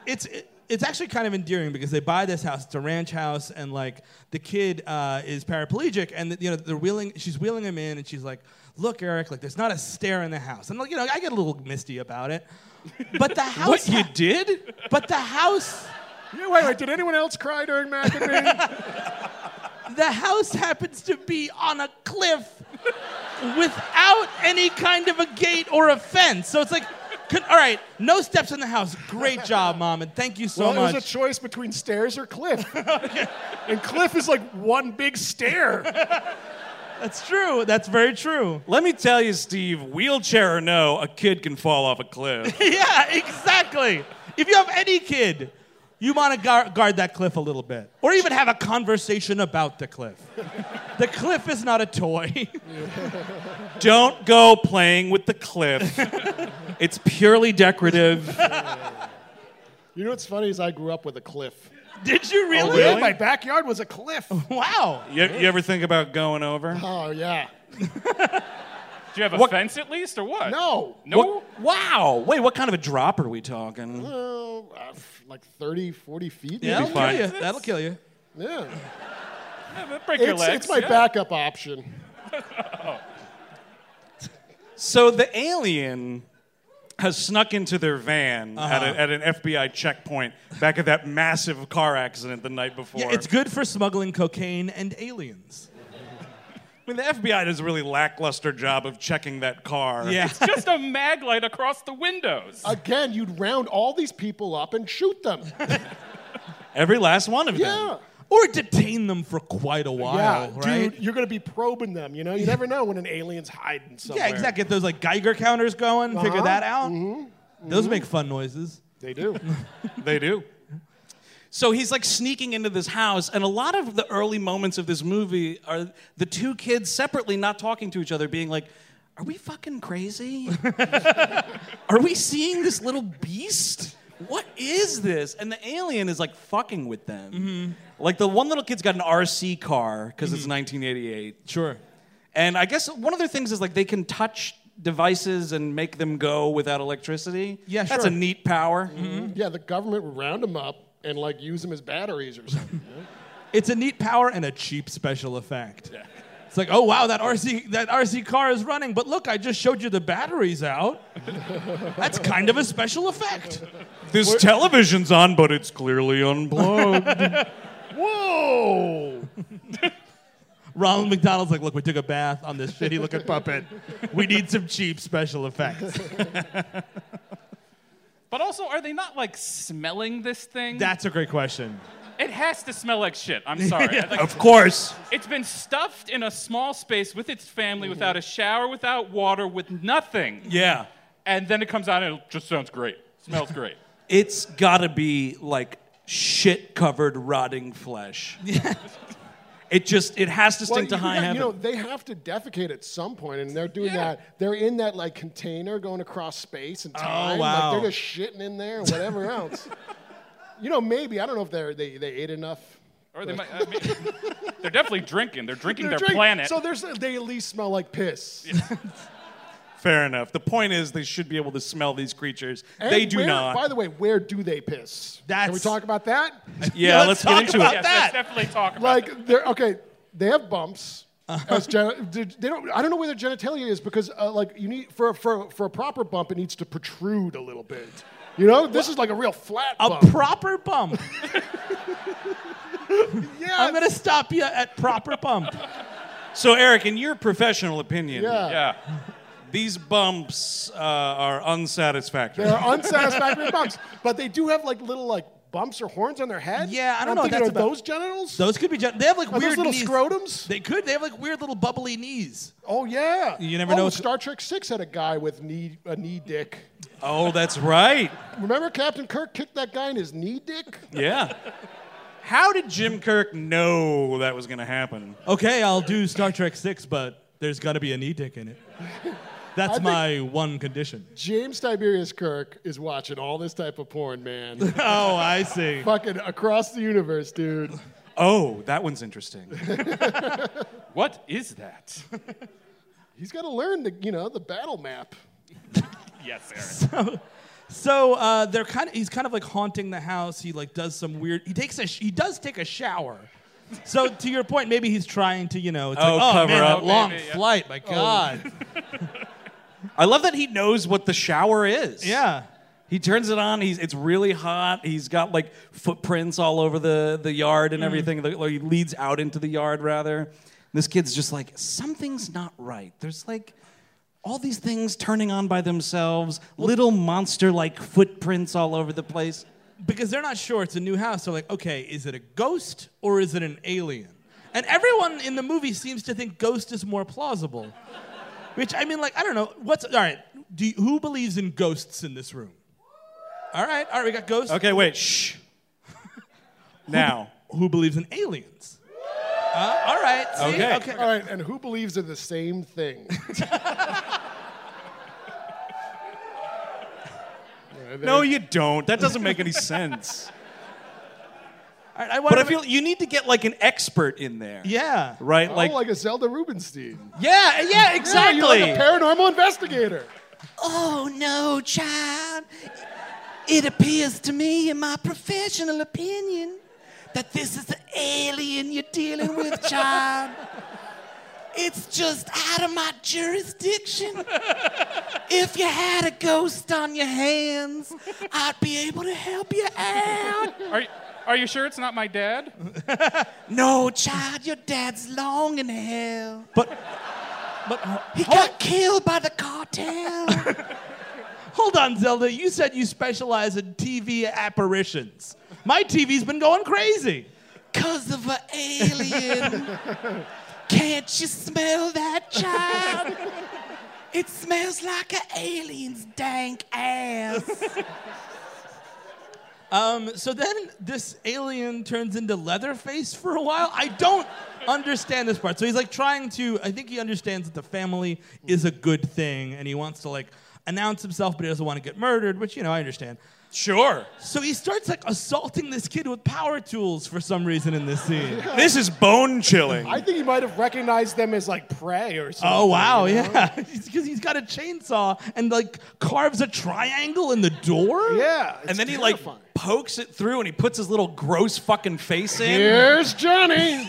Speaker 7: it's it- it's actually kind of endearing because they buy this house. It's a ranch house, and like the kid uh, is paraplegic, and you know they're wheeling. She's wheeling him in, and she's like, "Look, Eric, like there's not a stair in the house." And like you know, I get a little misty about it. But the house.
Speaker 8: what you did?
Speaker 7: But the house.
Speaker 5: Yeah, wait, wait, did anyone else cry during Mac and Me?
Speaker 7: The house happens to be on a cliff, without any kind of a gate or a fence. So it's like. could- all right, no steps in the house. Great job, mom, and thank you so
Speaker 5: well,
Speaker 7: much.
Speaker 5: it was a choice between stairs or cliff. and cliff is like one big stair.
Speaker 7: That's true. That's very true.
Speaker 8: Let me tell you, Steve, wheelchair or no, a kid can fall off a cliff.
Speaker 7: yeah, exactly. If you have any kid, you want to gar- guard that cliff a little bit, or even have a conversation about the cliff. the cliff is not a toy.
Speaker 8: Don't go playing with the cliff. it's purely decorative.
Speaker 5: You know what's funny is I grew up with a cliff.
Speaker 7: Did you really?
Speaker 5: Yeah, my backyard was a cliff.
Speaker 7: Wow.
Speaker 8: Oh, You, you ever think about going over?
Speaker 5: Oh yeah.
Speaker 9: Do you have a fence at least, or what?
Speaker 5: No.
Speaker 9: No.
Speaker 8: What- wow. Wait, what kind of a drop are we talking?
Speaker 5: Oh, uh, f- like 30, 40 feet. maybe?
Speaker 7: That'll
Speaker 8: be fine.
Speaker 7: kill you. That'll kill you.
Speaker 5: Yeah.
Speaker 9: Uh, Break your
Speaker 5: It's,
Speaker 9: legs.
Speaker 5: it's my
Speaker 9: yeah.
Speaker 5: backup option.
Speaker 8: So the alien has snuck into their van at,
Speaker 7: Uh-huh.
Speaker 8: a, at an FBI checkpoint back at that massive car accident the night before.
Speaker 7: Yeah, it's good for smuggling cocaine and aliens.
Speaker 8: I mean, the FBI does a really lackluster job of checking that car.
Speaker 7: Yeah.
Speaker 9: Just a mag light across the windows.
Speaker 5: Again, you'd round all these people up and shoot them.
Speaker 8: Every last one of
Speaker 5: Yeah.
Speaker 8: them.
Speaker 7: or detain them for quite a while,
Speaker 5: Yeah,
Speaker 7: right?
Speaker 5: dude, you're gonna be probing them. You know, you never know when an alien's hiding somewhere.
Speaker 7: yeah, exactly. Get those like Geiger counters going.
Speaker 5: Uh-huh.
Speaker 7: Figure
Speaker 5: Mm-hmm.
Speaker 7: that out. Those make fun noises.
Speaker 5: They do.
Speaker 8: They do. So he's like sneaking into this house, and a lot of the early moments of this movie are the two kids separately not talking to each other, being like, Are we fucking crazy? are we seeing this little beast? What is this? And the alien is like fucking with them.
Speaker 7: Mm-hmm.
Speaker 8: Like the one little kid's got an RC car because it's 1988.
Speaker 7: Sure.
Speaker 8: And I guess one of their things is like they can touch devices and make them go without electricity.
Speaker 7: Yeah,
Speaker 8: That's a
Speaker 7: sure. Mm-hmm.
Speaker 8: neat power.
Speaker 5: yeah, the government would round them up and like use them as batteries or something. you know?
Speaker 7: It's a neat power and a cheap special effect. It's like, oh wow, that RC that RC car is running, but look, I just showed you the batteries out. That's kind of a special effect.
Speaker 8: This television's on, but it's clearly unplugged.
Speaker 5: Whoa!
Speaker 7: Ronald McDonald's like, look, we took a bath on this shitty looking puppet. We need some cheap special effects.
Speaker 9: But also, are they not like smelling this thing?
Speaker 7: That's a great question.
Speaker 9: it has to smell like shit. I'm sorry. Like,
Speaker 8: of course.
Speaker 9: It's been stuffed in a small space with its family, without a shower, without water, with nothing.
Speaker 8: Yeah.
Speaker 9: And then it comes out and it just sounds great. Smells great.
Speaker 8: It's gotta be like shit covered rotting flesh. it just it has to
Speaker 5: Well,
Speaker 8: stink
Speaker 5: you,
Speaker 8: to high
Speaker 5: got- you
Speaker 8: heaven.
Speaker 5: know, they have to defecate at some point, and they're doing
Speaker 9: Yeah.
Speaker 5: that. They're in that like container going across space
Speaker 8: Oh,
Speaker 5: and time.
Speaker 7: wow.
Speaker 5: Like they're just shitting in there and whatever else. You know, maybe I don't know if they they they ate enough.
Speaker 9: Or they might, I mean, they're definitely drinking. They're drinking
Speaker 5: They're
Speaker 9: their
Speaker 5: drink-
Speaker 9: planet.
Speaker 5: So there's they at least smell like piss.
Speaker 8: Fair enough. The point is, they should be able to smell these creatures.
Speaker 5: And
Speaker 8: they do
Speaker 5: where-
Speaker 8: not.
Speaker 5: By the way, where do they piss? Can we
Speaker 7: That's-
Speaker 5: talk about that?
Speaker 8: yeah, let's,
Speaker 7: talk
Speaker 8: get into it.
Speaker 7: about
Speaker 9: Yes,
Speaker 7: that.
Speaker 9: let's definitely talk about that.
Speaker 5: like they're okay. They have bumps.
Speaker 7: Uh-huh.
Speaker 5: As gen- they don't. I don't know where their genitalia is because uh, like you need for for for a proper bump, it needs to protrude a little bit. You know, this is like a real flat
Speaker 7: A
Speaker 5: bump.
Speaker 7: proper bump.
Speaker 5: yeah,
Speaker 7: I'm gonna stop you at proper bump.
Speaker 8: So, Eric, in your professional opinion,
Speaker 5: yeah.
Speaker 9: Yeah.
Speaker 8: these bumps uh, are unsatisfactory.
Speaker 5: They're unsatisfactory bumps, but they do have like little like bumps or horns on their head.
Speaker 7: Yeah, I don't
Speaker 5: I'm
Speaker 7: know,
Speaker 5: Thinking,
Speaker 7: that's
Speaker 5: are
Speaker 7: about-
Speaker 5: those genitals?
Speaker 7: Those could be. Gen- they have like
Speaker 5: Are
Speaker 7: weird
Speaker 5: those little
Speaker 7: knees.
Speaker 5: scrotums?
Speaker 7: They could. They have like weird little bubbly knees.
Speaker 5: oh yeah.
Speaker 7: You never
Speaker 5: oh,
Speaker 7: know-
Speaker 5: Star Trek Six had a guy with knee a knee dick.
Speaker 8: oh, that's right.
Speaker 5: Remember Captain Kirk kicked that guy in his knee dick?
Speaker 8: Yeah. How did Jim Kirk know that was going to happen?
Speaker 7: Okay, I'll do Star Trek Six, but there's got to be a knee dick in it. That's
Speaker 5: think-
Speaker 7: my one condition.
Speaker 5: James Tiberius Kirk is watching all this type of porn, man.
Speaker 7: Oh, I see.
Speaker 5: Fucking across the universe, dude.
Speaker 8: Oh, that one's interesting.
Speaker 9: What is that?
Speaker 5: He's got to learn the, you know, the battle map.
Speaker 9: yes, Aaron.
Speaker 7: So uh, they're kind of. He's kind of like haunting the house. He like does some weird. He takes a. Sh- he does take a shower. So to your point, maybe he's trying to, you know, it's
Speaker 8: Oh,
Speaker 7: like, oh
Speaker 8: cover
Speaker 7: man,
Speaker 8: up.
Speaker 7: that long
Speaker 9: Maybe, yeah. Oh.
Speaker 7: flight, my God.
Speaker 8: I love that he knows what the shower is.
Speaker 7: Yeah.
Speaker 8: He turns it on. He's it's really hot. He's got like footprints all over the, the yard and everything. Like, he leads out into the yard rather. This kid's just like something's not right. There's like all these things turning on by themselves. little monster like footprints all over the place.
Speaker 7: because they're not sure it's a new house. They're like, okay, is it a ghost or is it an alien? And everyone in the movie seems to think ghost is more plausible. Which I mean, like, I don't know. What's all right? Do you, who believes in ghosts in this room? All right, all right, we got ghosts.
Speaker 8: Okay, wait. Shh. now.
Speaker 7: Who believes in aliens? Uh, all right. see?
Speaker 8: Okay.
Speaker 7: okay.
Speaker 5: All right, and who believes in the same thing?
Speaker 8: No, you don't. That doesn't make any sense.
Speaker 7: All right. I want
Speaker 8: But I feel you need to get like an expert in there.
Speaker 7: Yeah.
Speaker 8: Right?
Speaker 5: Oh,
Speaker 8: like,
Speaker 5: like a Zelda Rubinstein.
Speaker 8: yeah, yeah, exactly.
Speaker 5: Yeah, you're like a paranormal investigator.
Speaker 8: Oh no, child. It appears to me, in my professional opinion, that this is an alien you're dealing with, child. It's just out of my jurisdiction. If you had a ghost on your hands, I'd be able to help you out.
Speaker 9: Are you, are you sure it's not my dad?
Speaker 8: No, child, your dad's long in hell.
Speaker 7: But uh,
Speaker 8: He got killed by the cartel.
Speaker 7: hold on, Zelda. You said you specialize in TV apparitions. My TV's been going crazy.
Speaker 8: Cause of an alien. Can't you smell that, child? It smells like an alien's dank ass.
Speaker 7: Um, so then this alien turns into Leatherface for a while. I don't understand this part. So he's like trying to, I think he understands that the family is a good thing and he wants to like announce himself, but he doesn't want to get murdered, which, you know, I understand.
Speaker 8: Sure.
Speaker 7: So he starts like assaulting this kid with power tools for some reason in this scene.
Speaker 8: This is bone chilling.
Speaker 5: I think he might have recognized them as like prey or something.
Speaker 7: Oh, wow, yeah. Because he's got a chainsaw and like carves a triangle in the door?
Speaker 5: Yeah. it's
Speaker 8: Oh. and then he like
Speaker 5: terrifying.
Speaker 8: pokes it through and he puts his little gross fucking face in.
Speaker 5: Here's Johnny.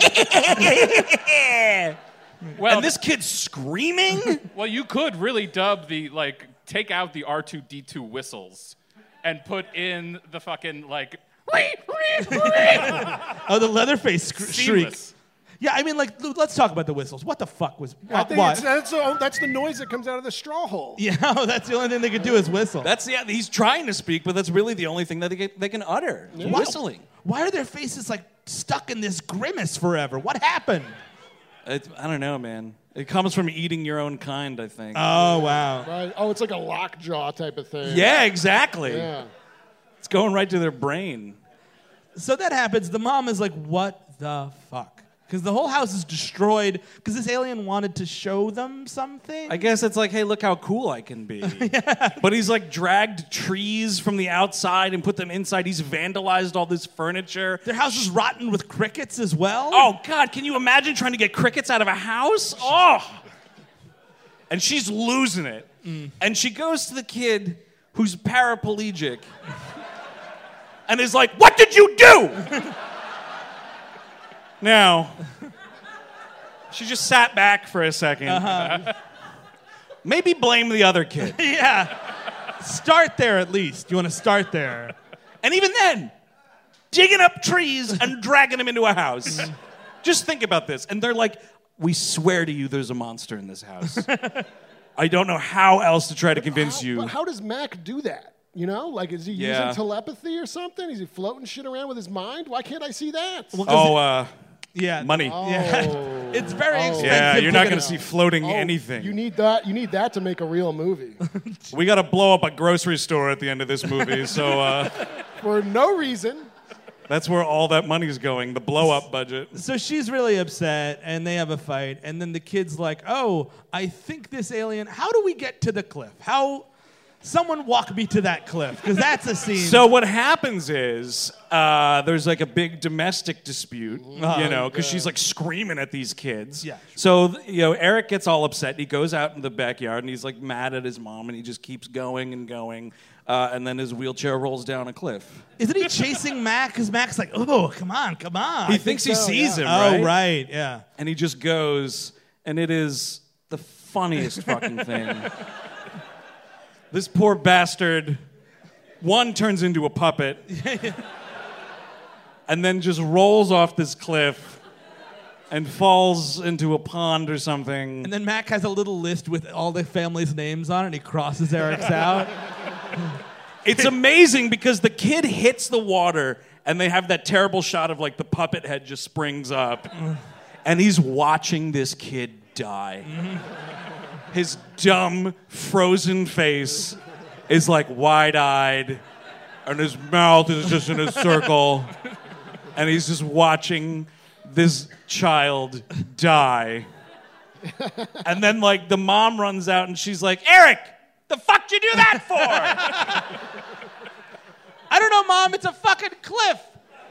Speaker 9: Well,
Speaker 8: And this kid's screaming?
Speaker 9: well, you could really dub the like take out the R2D2 whistles and put in the fucking like
Speaker 7: Oh, the Leatherface sc- shriek.
Speaker 9: seamless.
Speaker 7: Yeah, I mean, like, l- let's talk about the whistles. What the fuck was.
Speaker 5: I think
Speaker 7: why-
Speaker 5: it's, that's, the, that's the noise that comes out of the straw hole.
Speaker 7: Yeah, Oh, that's the only thing they could do is whistle.
Speaker 8: That's yeah, he's trying to speak, but that's really the only thing that they can, they can utter. Whistling.
Speaker 7: Why are their faces like stuck in this grimace forever? What happened?
Speaker 8: It's, I don't know, man. It comes from eating your own kind, I think.
Speaker 7: Oh wow.
Speaker 5: Right? Oh, it's like a lockjaw type of thing.
Speaker 8: yeah, exactly.
Speaker 5: Yeah.
Speaker 8: It's going right to their brain.
Speaker 7: So that happens. The mom is like, "What the fuck?" Because the whole house is destroyed. Because this alien wanted to show them something.
Speaker 8: I guess it's like, hey, look how cool I can be. But he's like dragged trees from the outside and put them inside. He's vandalized all this furniture.
Speaker 7: their house is rotten with crickets as well.
Speaker 8: Oh God, can you imagine trying to get crickets out of a house? Oh. And she's losing it. And she goes to the kid who's paraplegic and is like, What did you do? now, she just sat back for a 2nd Maybe blame the other kid.
Speaker 7: Yeah. Start there at least. You want to start there.
Speaker 8: And even then, digging up trees and dragging them into a house. Just think about this. And they're like, we swear to you there's a monster in this house. I don't know how else to try to convince
Speaker 5: how,
Speaker 8: you.
Speaker 5: But how does Mac do that? You know, like is he
Speaker 8: Yeah.
Speaker 5: using telepathy or something? Is he floating shit around with his mind? Why can't I see that?
Speaker 8: oh, uh,
Speaker 7: Yeah.
Speaker 8: money.
Speaker 7: Yeah. it's very expensive.
Speaker 8: Yeah, you're not
Speaker 7: get
Speaker 8: going
Speaker 7: it.
Speaker 8: to see floating
Speaker 5: Oh. Oh,
Speaker 8: anything.
Speaker 5: You need that. You need that to make a real movie
Speaker 8: we got to blow up a grocery store at the end of this movie. so uh,
Speaker 5: for no reason.
Speaker 8: that's where all that money's going, the blow up budget.
Speaker 7: So she's really upset, and they have a fight, and then the kid's like, "Oh, I think this alien. How do we get to the cliff? How? Someone walk me to that cliff, because that's a scene.
Speaker 8: So what happens is uh, there's like a big domestic dispute, you know, because she's like screaming at these kids.
Speaker 7: Oh, Yeah.
Speaker 8: So th- you know, Eric gets all upset. He goes out in the backyard and he's like mad at his mom, and he just keeps going and going, uh, and then his wheelchair rolls down a cliff.
Speaker 7: isn't he chasing Mac? Because Mac's like, "Oh, come on, come on."
Speaker 8: He thinks he sees him,
Speaker 7: Oh,
Speaker 8: right?
Speaker 7: right, yeah.
Speaker 8: And he just goes, and it is the funniest fucking thing. this poor bastard, one turns into a puppet, and then just rolls off this cliff and falls into a pond or something.
Speaker 7: And then Mac has a little list with all the family's names on it, and he crosses Eric's out.
Speaker 8: It's amazing because the kid hits the water, and they have that terrible shot of like the puppet head just springs up, and he's watching this kid die. His dumb, frozen face is like wide eyed, and his mouth is just in a circle, and he's just watching this child die. And then, like, the mom runs out and she's like, Eric, the fuck you do that for?
Speaker 7: I don't know, Mom. It's a fucking cliff.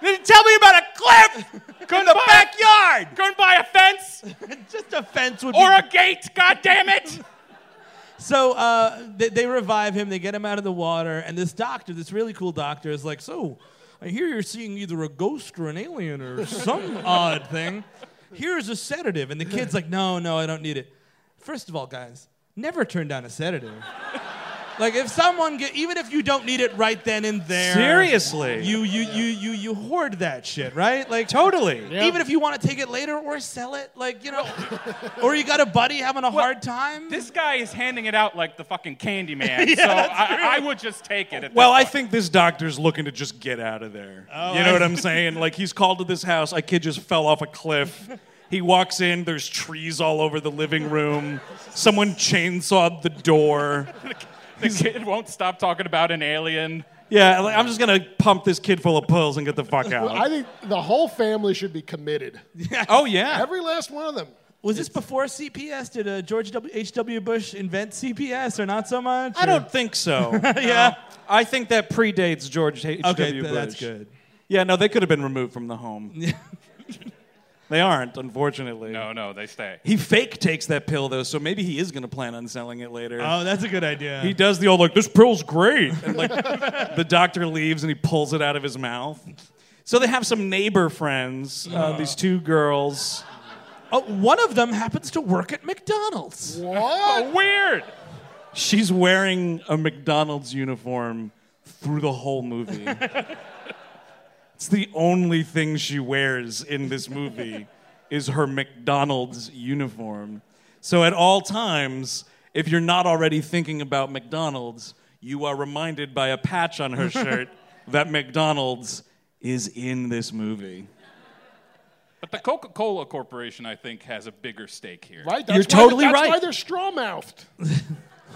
Speaker 8: Didn't tell me about a cliff in the backyard. Couldn't buy a fence
Speaker 7: Just a fence would
Speaker 8: or
Speaker 7: be
Speaker 8: a gate. God damn it!
Speaker 7: So uh, they, they revive him, they get him out of the water, and this doctor, this really cool doctor, is like, So, I hear you're seeing either a ghost or an alien or some odd thing. Here's a sedative. And the kid's like, No, no, I don't need it. First of all, guys, never turn down a sedative. Like if someone get, even if you don't need it right then and there,
Speaker 8: Seriously.
Speaker 7: you you you you you hoard that shit, right? Like
Speaker 8: Totally.
Speaker 7: even if you want to take it later or sell it, like you know, or you got a buddy having a hard time.
Speaker 9: This guy is handing it out like the fucking candy man, so I, I would just take it. At
Speaker 8: Well, I
Speaker 9: this
Speaker 8: think this doctor's looking to just get out of there. you know what I'm saying? Like he's called to this house. A kid just fell off a cliff. He walks in. There's trees all over the living room. Someone chainsawed the door.
Speaker 9: point. the kid won't stop talking about an alien.
Speaker 8: Yeah, like, I'm just gonna pump this kid full of pills and get the fuck out.
Speaker 5: I think the whole family should be committed.
Speaker 8: oh yeah.
Speaker 5: Every last one of them.
Speaker 7: Was this before CPS? Did uh, George W. H. W. Bush invent CPS, or not so much?
Speaker 8: I don't think so. yeah. I think that predates George H.
Speaker 7: Okay,
Speaker 8: W.
Speaker 7: th-
Speaker 8: Bush.
Speaker 7: that's good.
Speaker 8: Yeah, no, they could have been removed from the home. they aren't, unfortunately.
Speaker 9: No, Oh, no, they stay.
Speaker 8: He fake takes that pill though, so maybe he is going to plan on selling it later.
Speaker 7: Oh, that's a good idea.
Speaker 8: he does the old like, "This pill's great," and like the doctor leaves and he pulls it out of his mouth. So they have some neighbor friends, uh, these two girls.
Speaker 7: oh, one of them happens to work at McDonald's.
Speaker 8: Oh,
Speaker 5: What?
Speaker 9: Weird.
Speaker 8: She's wearing a McDonald's uniform through the whole movie. it's the only thing she wears in this movie is her McDonald's uniform. So at all times, if you're not already thinking about McDonald's, you are reminded by a patch on her shirt that McDonald's is in this movie.
Speaker 9: But the Coca-Cola Corporation, I think, has a bigger stake here.
Speaker 5: Right?
Speaker 8: You're
Speaker 5: why-
Speaker 8: totally
Speaker 5: that's
Speaker 8: right.
Speaker 5: why they're straw mouthed.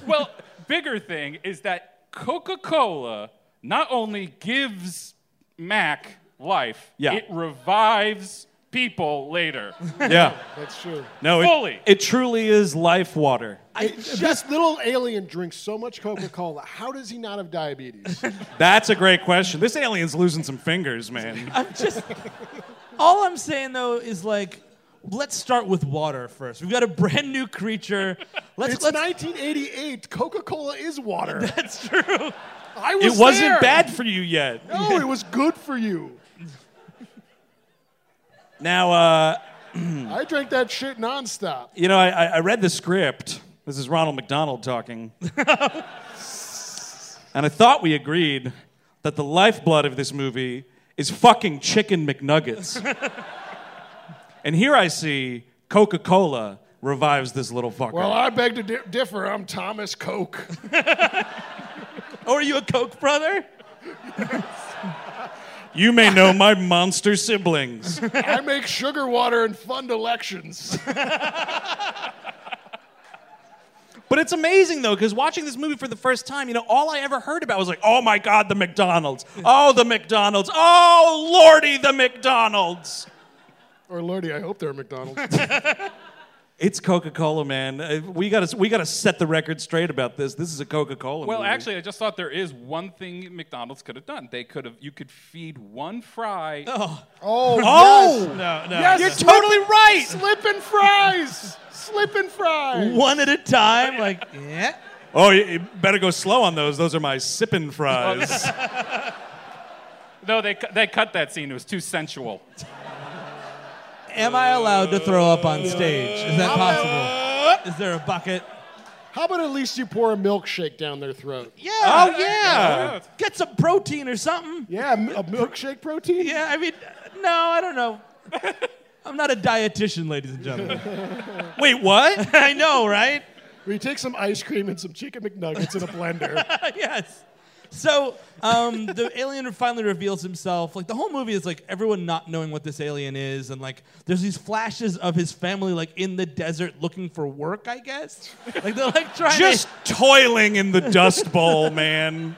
Speaker 9: Well, bigger thing is that Coca-Cola not only gives Mac life,
Speaker 8: Yeah.
Speaker 9: it revives people later.
Speaker 8: Yeah.
Speaker 5: That's true.
Speaker 8: No, it-
Speaker 9: Fully.
Speaker 8: it truly is life water.
Speaker 5: It- this little alien drinks so much Coca Cola. How does he not have diabetes?
Speaker 8: That's a great question. This alien's losing some fingers, man.
Speaker 7: All I'm saying though is like, let's start with water first. We've got a brand new creature. Let's,
Speaker 5: It's
Speaker 7: let's
Speaker 5: 1988. Coca-Cola is water.
Speaker 7: that's true.
Speaker 5: I was
Speaker 8: It wasn't
Speaker 5: there.
Speaker 8: bad for you yet.
Speaker 5: No, it was good for you.
Speaker 8: Now, uh,
Speaker 5: I drank that shit nonstop.
Speaker 8: you know, I, I I read the script. This is Ronald McDonald talking. and I thought we agreed that the lifeblood of this movie is fucking chicken McNuggets. and here I see Coca Cola revives this little fucker.
Speaker 5: Well, I beg to di- differ. I'm Thomas Coke.
Speaker 7: Oh, are you a Coke brother?
Speaker 8: you may know my monster siblings.
Speaker 5: I make sugar water and fund elections.
Speaker 8: But it's amazing though, because watching this movie for the first time, you know, all I ever heard about was like, oh my God, the McDonald's. Oh, the McDonald's. Oh, Lordy, the McDonald's.
Speaker 5: or Lordy, I hope they're at McDonald's.
Speaker 8: It's Coca Cola, man. Uh, We gotta, we gotta set the record straight about this. This is a Coca Cola.
Speaker 9: Well,
Speaker 8: movie.
Speaker 9: actually, I just thought there is one thing McDonald's could have done. They could have you could feed one fry.
Speaker 5: Oh,
Speaker 8: Oh!
Speaker 5: yes.
Speaker 7: No, no.
Speaker 5: Yes,
Speaker 8: you're
Speaker 5: slip-
Speaker 8: totally right.
Speaker 5: Slipping fries. Slipping fries.
Speaker 7: One at a time, like yeah.
Speaker 8: Oh, you, you better go slow on those. Those are my sippin' fries.
Speaker 9: No, they cu- they cut that scene. It was too sensual.
Speaker 7: Am I allowed to throw up on stage? Is that possible? Is there a bucket?
Speaker 5: How about at least you pour a milkshake down their throat?
Speaker 7: Yeah.
Speaker 8: Oh, yeah.
Speaker 7: Get some protein or something.
Speaker 5: Yeah, m- a milkshake protein?
Speaker 7: Yeah, I mean, no, I don't know. I'm not a dietitian, ladies and gentlemen.
Speaker 8: Wait, what?
Speaker 7: I know, right?
Speaker 5: Where you take some ice cream and some chicken McNuggets in a blender.
Speaker 7: yes. So um, the alien finally reveals himself. Like the whole movie is like everyone not knowing what this alien is, and like there's these flashes of his family like in the desert looking for work. I guess like they're like trying.
Speaker 8: Just toiling in the dust bowl, man.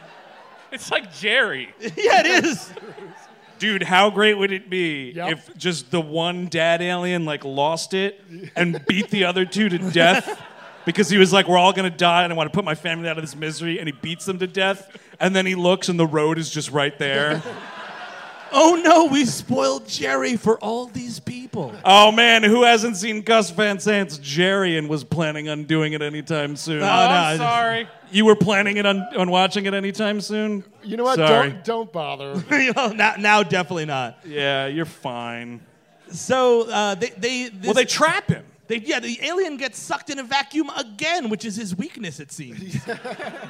Speaker 9: It's like Jerry.
Speaker 7: to, yeah, it is.
Speaker 8: Dude, how great would it be
Speaker 5: Yep.
Speaker 8: if just the one dad alien like lost it and beat the other two to death because he was like, "We're all gonna die, and I want to put my family out of this misery," and he beats them to death, and then he looks and the road is just right there.
Speaker 7: Oh no, we spoiled Jerry for all these people.
Speaker 8: oh man, who hasn't seen Gus Van Sant's Jerry and was planning on doing it anytime soon?
Speaker 7: Oh, no,
Speaker 9: I'm sorry.
Speaker 8: You were planning it on, on watching it anytime soon?
Speaker 5: You know what?
Speaker 8: Sorry.
Speaker 5: Don't don't bother.
Speaker 7: Well, now, now definitely not.
Speaker 8: Yeah, you're fine.
Speaker 7: So uh, they they this,
Speaker 8: Well, they trap him.
Speaker 7: they yeah the alien gets sucked in a vacuum again, which is his weakness it seems.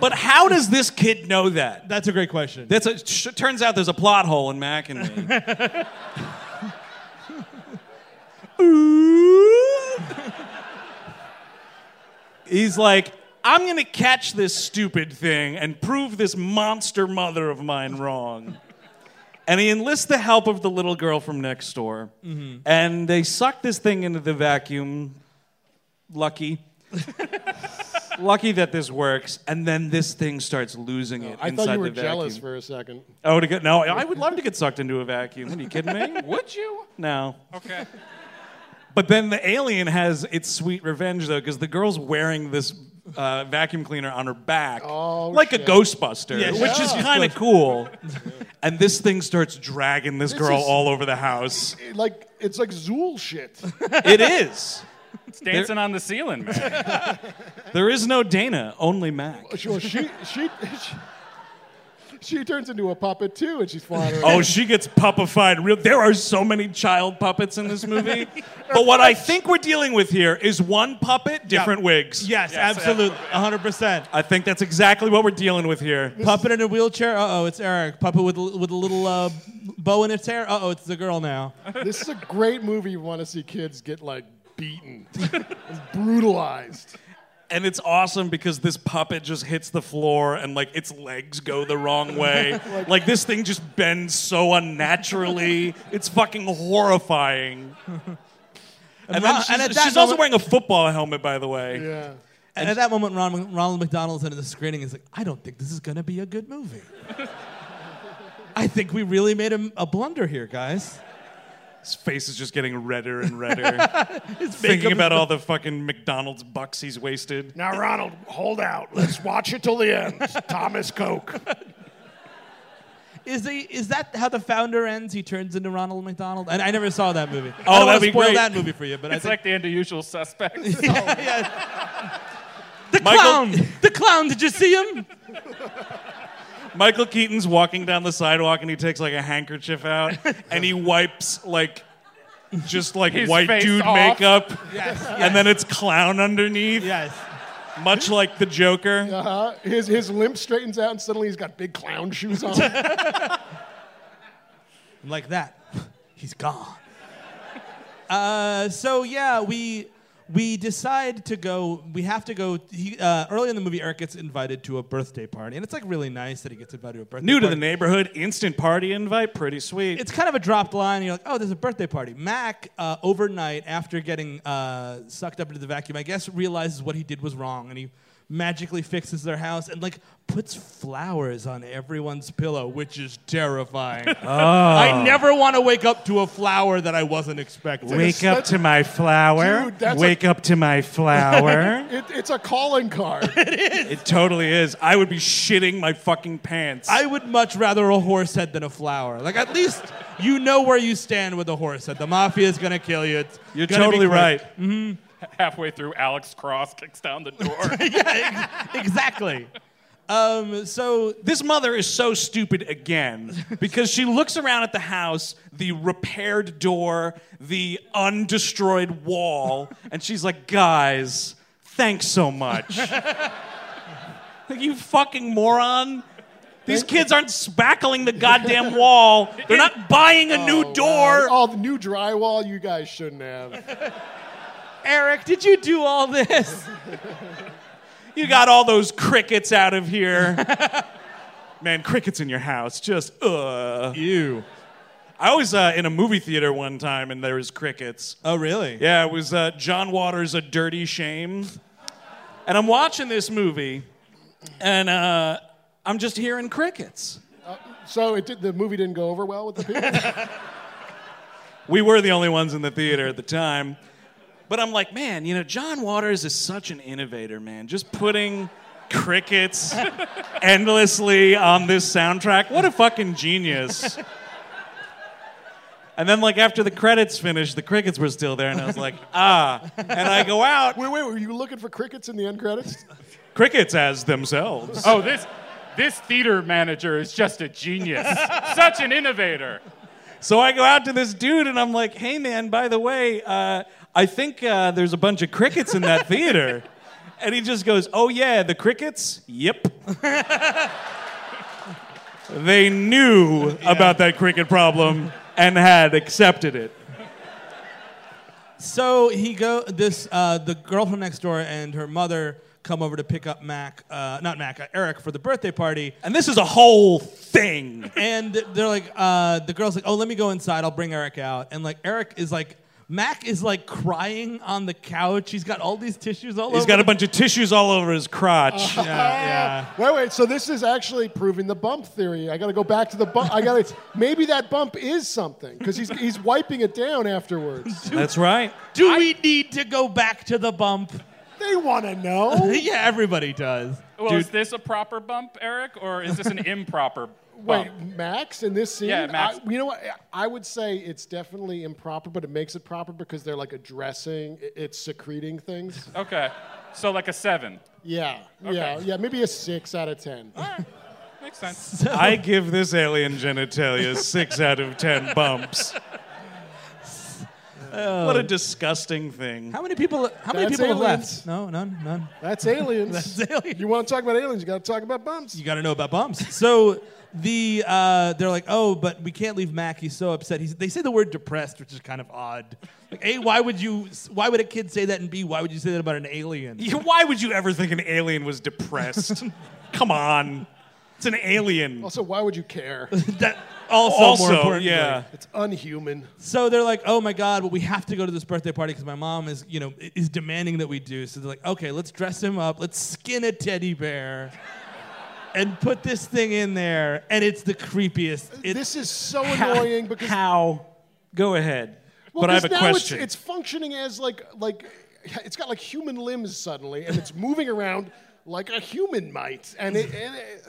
Speaker 8: But how does this kid know that?
Speaker 7: That's a great question.
Speaker 8: That's a, sh- turns out there's a plot hole in Mac and me. He's like, I'm going to catch this stupid thing and prove this monster mother of mine wrong. And he enlists the help of the little girl from next door.
Speaker 5: Mm-hmm.
Speaker 8: And they suck this thing into the vacuum. Lucky. Lucky that this works. And then this thing starts losing it
Speaker 5: I
Speaker 8: inside
Speaker 5: thought you
Speaker 8: the
Speaker 5: were
Speaker 8: vacuum.
Speaker 5: jealous for a second.
Speaker 8: Oh, to get no, I would love to get sucked into a vacuum. Are you kidding me?
Speaker 9: Would you?
Speaker 8: No.
Speaker 9: Okay.
Speaker 8: But then the alien has its sweet revenge though, because the girl's wearing this uh, vacuum cleaner on her back,
Speaker 5: Oh,
Speaker 8: like a
Speaker 5: shit.
Speaker 8: Ghostbuster,
Speaker 7: Yeah,
Speaker 8: which is kind of cool. And this thing starts dragging this girl
Speaker 5: is-
Speaker 8: all over the house.
Speaker 5: It- like it's like Zool shit.
Speaker 8: It is.
Speaker 9: It's dancing on the ceiling, man.
Speaker 8: There is no Dana, only Mac.
Speaker 5: Sure, she, she she she turns into a puppet too, and she's flying around.
Speaker 8: Oh, she gets puppified. Real. There are so many child puppets in this movie. But what I think we're dealing with here is one puppet, different wigs.
Speaker 7: Yes, absolutely, hundred percent.
Speaker 8: I think that's exactly what we're dealing with here.
Speaker 7: Puppet in a wheelchair. Uh oh, it's Eric. Puppet with a- with a little uh, bow in its hair. Uh oh, it's the girl now.
Speaker 5: This is a great movie. You want to see kids get like beaten, and brutalized.
Speaker 8: And it's awesome because this puppet just hits the floor and like its legs go the wrong way. like this thing just bends so unnaturally. It's fucking horrifying. And, then
Speaker 7: Ron-
Speaker 8: she's,
Speaker 7: and at that
Speaker 8: she's also
Speaker 7: moment-
Speaker 8: wearing a football helmet, by the way.
Speaker 5: Yeah.
Speaker 7: And at that moment, Ron, Ronald McDonald's into the screening. He's like, I don't think this is gonna be a good movie. I think we really made a, a blunder here, guys.
Speaker 8: His face is just getting redder and redder.
Speaker 7: It's
Speaker 8: thinking about all the fucking McDonald's bucks he's wasted.
Speaker 5: Now, Ronald, hold out. Let's watch it till the end. Thomas Coke.
Speaker 7: Is the is that how the founder ends? He turns into Ronald McDonald. And I never saw that movie.
Speaker 8: Oh,
Speaker 7: I don't wanna
Speaker 8: that'd be
Speaker 7: spoil
Speaker 8: great.
Speaker 7: that movie for you, but
Speaker 9: It's
Speaker 7: I
Speaker 9: like
Speaker 7: think
Speaker 9: the end of Usual Suspects.
Speaker 7: yeah. the
Speaker 8: Michael-
Speaker 7: clown. The clown. Did you see him?
Speaker 8: Michael Keaton's walking down the sidewalk and he takes like a handkerchief out and he wipes like just like
Speaker 9: His
Speaker 8: white
Speaker 9: face
Speaker 8: dude
Speaker 9: off.
Speaker 8: makeup
Speaker 7: Yes.
Speaker 8: and then it's clown underneath,
Speaker 7: Yes.
Speaker 8: much like the Joker.
Speaker 5: Uh-huh. His, his limp straightens out, and suddenly he's got big clown shoes on.
Speaker 7: like that. He's gone. Uh, so yeah, we we decide to go. We have to go. He, uh, early in the movie, Eric gets invited to a birthday party, and it's like really nice that he gets invited to a birthday.
Speaker 8: New to the
Speaker 7: party.
Speaker 8: neighborhood, instant party invite, pretty sweet.
Speaker 7: It's kind of a dropped line. You're like, oh, there's a birthday party. Mac, uh, overnight after getting uh, sucked up into the vacuum, I guess realizes what he did was wrong, and he magically fixes their house and like puts flowers on everyone's pillow, which is terrifying. I never want to wake up to a flower that I wasn't expecting.
Speaker 8: Wake up to my flower.
Speaker 5: Dude, that's a-
Speaker 8: Wake up to my flower.
Speaker 5: It, it's a calling card.
Speaker 8: it totally is. I would be shitting my fucking pants.
Speaker 7: I would much rather a horse head than a flower. Like at least you know where you stand with a horse head. The mafia is gonna kill you. It's
Speaker 8: You're
Speaker 7: gonna be
Speaker 8: totally
Speaker 7: quick.
Speaker 8: right.
Speaker 9: Halfway through, Alex Cross kicks down the door.
Speaker 7: Exactly. Um, so
Speaker 8: This mother is so stupid again because she looks around at the house, the repaired door, the undestroyed wall, and she's like, guys, thanks so much. like, you fucking moron. These kids aren't spackling the goddamn wall. They're not buying a new door.
Speaker 5: All the new drywall you guys shouldn't have.
Speaker 7: Eric, did you do all this?
Speaker 8: You got all those crickets out of here. Man, crickets in your house, just uh.
Speaker 7: You.
Speaker 8: I was uh, in a movie theater one time and there was crickets.
Speaker 7: Oh really?
Speaker 8: Yeah, it was uh, John Waters' A Dirty Shame. And I'm watching this movie and uh, I'm just hearing crickets.
Speaker 5: So it did, the movie didn't go over well with the people.
Speaker 8: We were the only ones in the theater at the time. But I'm like, man, you know, John Waters is such an innovator, man. Just putting crickets endlessly on this soundtrack. What a fucking genius. And then, like, after the credits finished, the crickets were still there, and I was like, ah. And I go out,
Speaker 5: wait, wait, were you looking for crickets in the end credits?
Speaker 8: crickets as themselves.
Speaker 9: oh, this this theater manager is just a genius. Such an innovator.
Speaker 8: So I go out to this dude and I'm like, hey man, by the way, uh, I think uh, there's a bunch of crickets in that theater. and he just goes, oh yeah, the crickets? Yep. they knew about that cricket problem and had accepted it.
Speaker 7: So he go this uh, the girl from next door and her mother come over to pick up Mac, uh, not Mac, uh, Eric for the birthday party,
Speaker 8: And this is a whole thing.
Speaker 7: and they're like uh, the girl's like, oh, let me go inside, I'll bring Eric out, and like Eric is like. Mac is like crying on the couch. He's got all these tissues all over.
Speaker 8: He's got a
Speaker 7: him.
Speaker 8: bunch of tissues all over his crotch.
Speaker 5: Wait, wait. So this is actually proving the bump theory. I got to go back to the bump. I got to. Maybe that bump is something because he's he's wiping it down afterwards.
Speaker 8: That's right.
Speaker 7: Do we need to go back to the bump?
Speaker 5: They want to know.
Speaker 7: yeah, everybody does.
Speaker 9: Well, is this a proper bump, Eric, or is this an improper bump?
Speaker 5: Wait, Max in this scene?
Speaker 9: Yeah, Max.
Speaker 5: I, you know what? I would say it's definitely improper, but it makes it proper because they're like addressing, i- it's secreting things.
Speaker 9: Okay. So like a seven.
Speaker 5: Yeah, yeah, yeah. Maybe a six out of ten.
Speaker 9: Makes sense.
Speaker 8: I give this alien genitalia six out of ten bumps. What a disgusting thing.
Speaker 7: How many people? How many
Speaker 5: That's
Speaker 7: people have
Speaker 5: aliens.
Speaker 7: left? No, none, none.
Speaker 5: That's aliens.
Speaker 7: That's aliens.
Speaker 5: You want to talk about aliens? You got to talk about bumps.
Speaker 7: You got to know about bumps. So the uh, they're like, oh, but we can't leave Mac. He's so upset. He's, they say the word depressed, which is kind of odd. Like, a, why would you? Why would a kid say that? And b, why would you say that about an alien?
Speaker 8: Yeah, Why would you ever think an alien was depressed? Come on. It's an alien.
Speaker 5: Also, why would you care?
Speaker 7: that also, more important.
Speaker 8: yeah.
Speaker 5: it's unhuman.
Speaker 7: So they're like, oh my god, well we have to go to this birthday party because my mom is, you know, i- is demanding that we do. So they're like, okay, let's dress him up, let's skin a teddy bear, and put this thing in there, and it's the creepiest. It's
Speaker 5: this is so annoying because
Speaker 8: How? Go ahead. but I have a
Speaker 5: 'cause now
Speaker 8: question.
Speaker 5: It's, it's functioning as like like it's got like human limbs suddenly, and it's moving around like a human might, and it, and it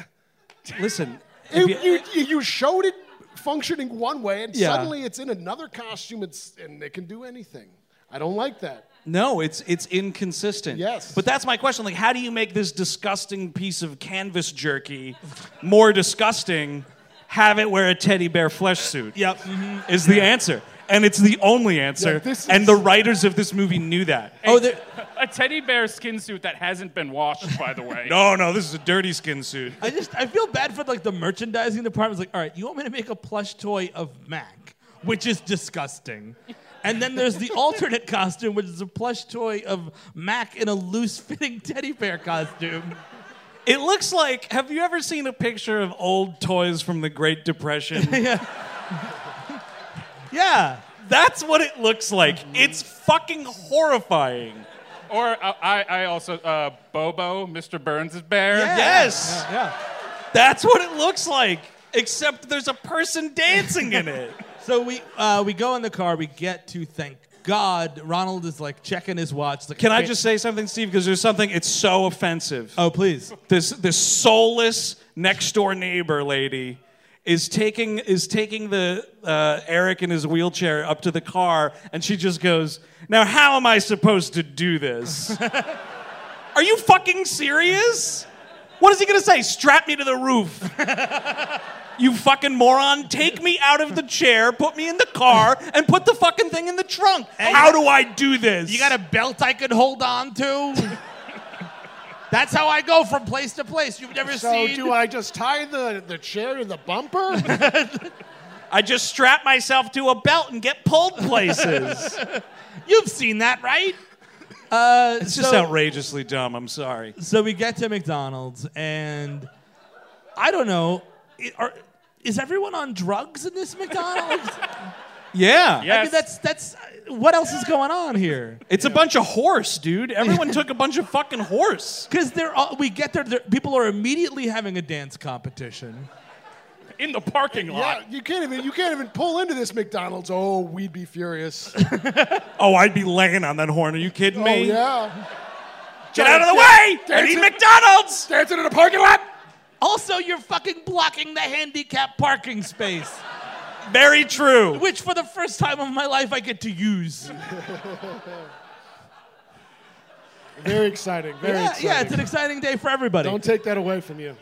Speaker 8: Listen,
Speaker 5: It- you, you, you showed it functioning one way, and
Speaker 8: Yeah.
Speaker 5: suddenly it's in another costume, it's, and it can do anything. I don't like that.
Speaker 8: No, it's it's inconsistent.
Speaker 5: Yes.
Speaker 8: But that's my question. Like, how do you make this disgusting piece of canvas jerky more disgusting? Have it wear a teddy bear flesh suit.
Speaker 7: Yep.
Speaker 8: Is the answer. And it's the only answer.
Speaker 5: Yeah, this
Speaker 8: And
Speaker 5: is-
Speaker 8: the writers of this movie knew that.
Speaker 7: Oh, there,
Speaker 9: A teddy bear skin suit that hasn't been washed, by the way.
Speaker 8: No, no, this is a dirty skin suit.
Speaker 7: I just I feel bad for like the merchandising department. It's like, all right, you want me to make a plush toy of Mac, which is disgusting. And then there's the alternate costume, which is a plush toy of Mac in a loose-fitting teddy bear costume.
Speaker 8: It looks like. Have you ever seen a picture of old toys from the Great Depression?
Speaker 7: Yeah.
Speaker 8: That's what it looks like. It's fucking horrifying.
Speaker 9: Or uh, I, I also uh, Bobo, Mr. Burns' bear.
Speaker 8: Yes.
Speaker 7: Yeah.
Speaker 8: That's what it looks like, except there's a person dancing in it.
Speaker 7: So we uh, we go in the car. We get to thank God. Ronald is like checking his watch. Like,
Speaker 8: Can I just say something, Steve? Because there's something. It's so offensive.
Speaker 7: Oh please.
Speaker 8: This this soulless next door neighbor lady is taking is taking the uh, Eric in his wheelchair up to the car, and she just goes, "Now how am I supposed to do this? Are you fucking serious? What is he gonna say? Strap me to the roof." You fucking moron, take me out of the chair, put me in the car, and put the fucking thing in the trunk. How do I do this?
Speaker 7: You got a belt I could hold on to. That's how I go from place to place. You've never
Speaker 5: So,
Speaker 7: seen.
Speaker 5: do I just tie the, the chair to the bumper?
Speaker 8: I just strap myself to a belt and get pulled places.
Speaker 7: You've seen that, right? Uh,
Speaker 8: It's
Speaker 7: so,
Speaker 8: just outrageously dumb. I'm sorry.
Speaker 7: so we get to McDonald's, and I don't know. i- are, is everyone on drugs in this McDonald's?
Speaker 8: Yeah.
Speaker 7: I mean,
Speaker 9: Yes.
Speaker 7: that's that's what else is going on here?
Speaker 8: It's a bunch of horse, dude. Everyone took a bunch of fucking horse.
Speaker 7: Because they're all, we get there, there, people are immediately having a dance competition.
Speaker 9: In the parking lot.
Speaker 5: yeah, you can't even you can't even pull into this McDonald's. Oh, we'd be furious.
Speaker 8: Oh, I'd be laying on that horn. Are you kidding
Speaker 5: Oh
Speaker 8: me?
Speaker 5: yeah,
Speaker 8: Get out of the way! I need McDonald's!
Speaker 5: dancing in a parking lot.
Speaker 7: Also, you're fucking blocking the handicap parking space,
Speaker 8: Very true.
Speaker 7: which for the first time of my life I get to use.
Speaker 5: Very exciting. Very
Speaker 7: Yeah,
Speaker 5: exciting.
Speaker 7: yeah, it's an exciting day for everybody.
Speaker 5: Don't take that away from you.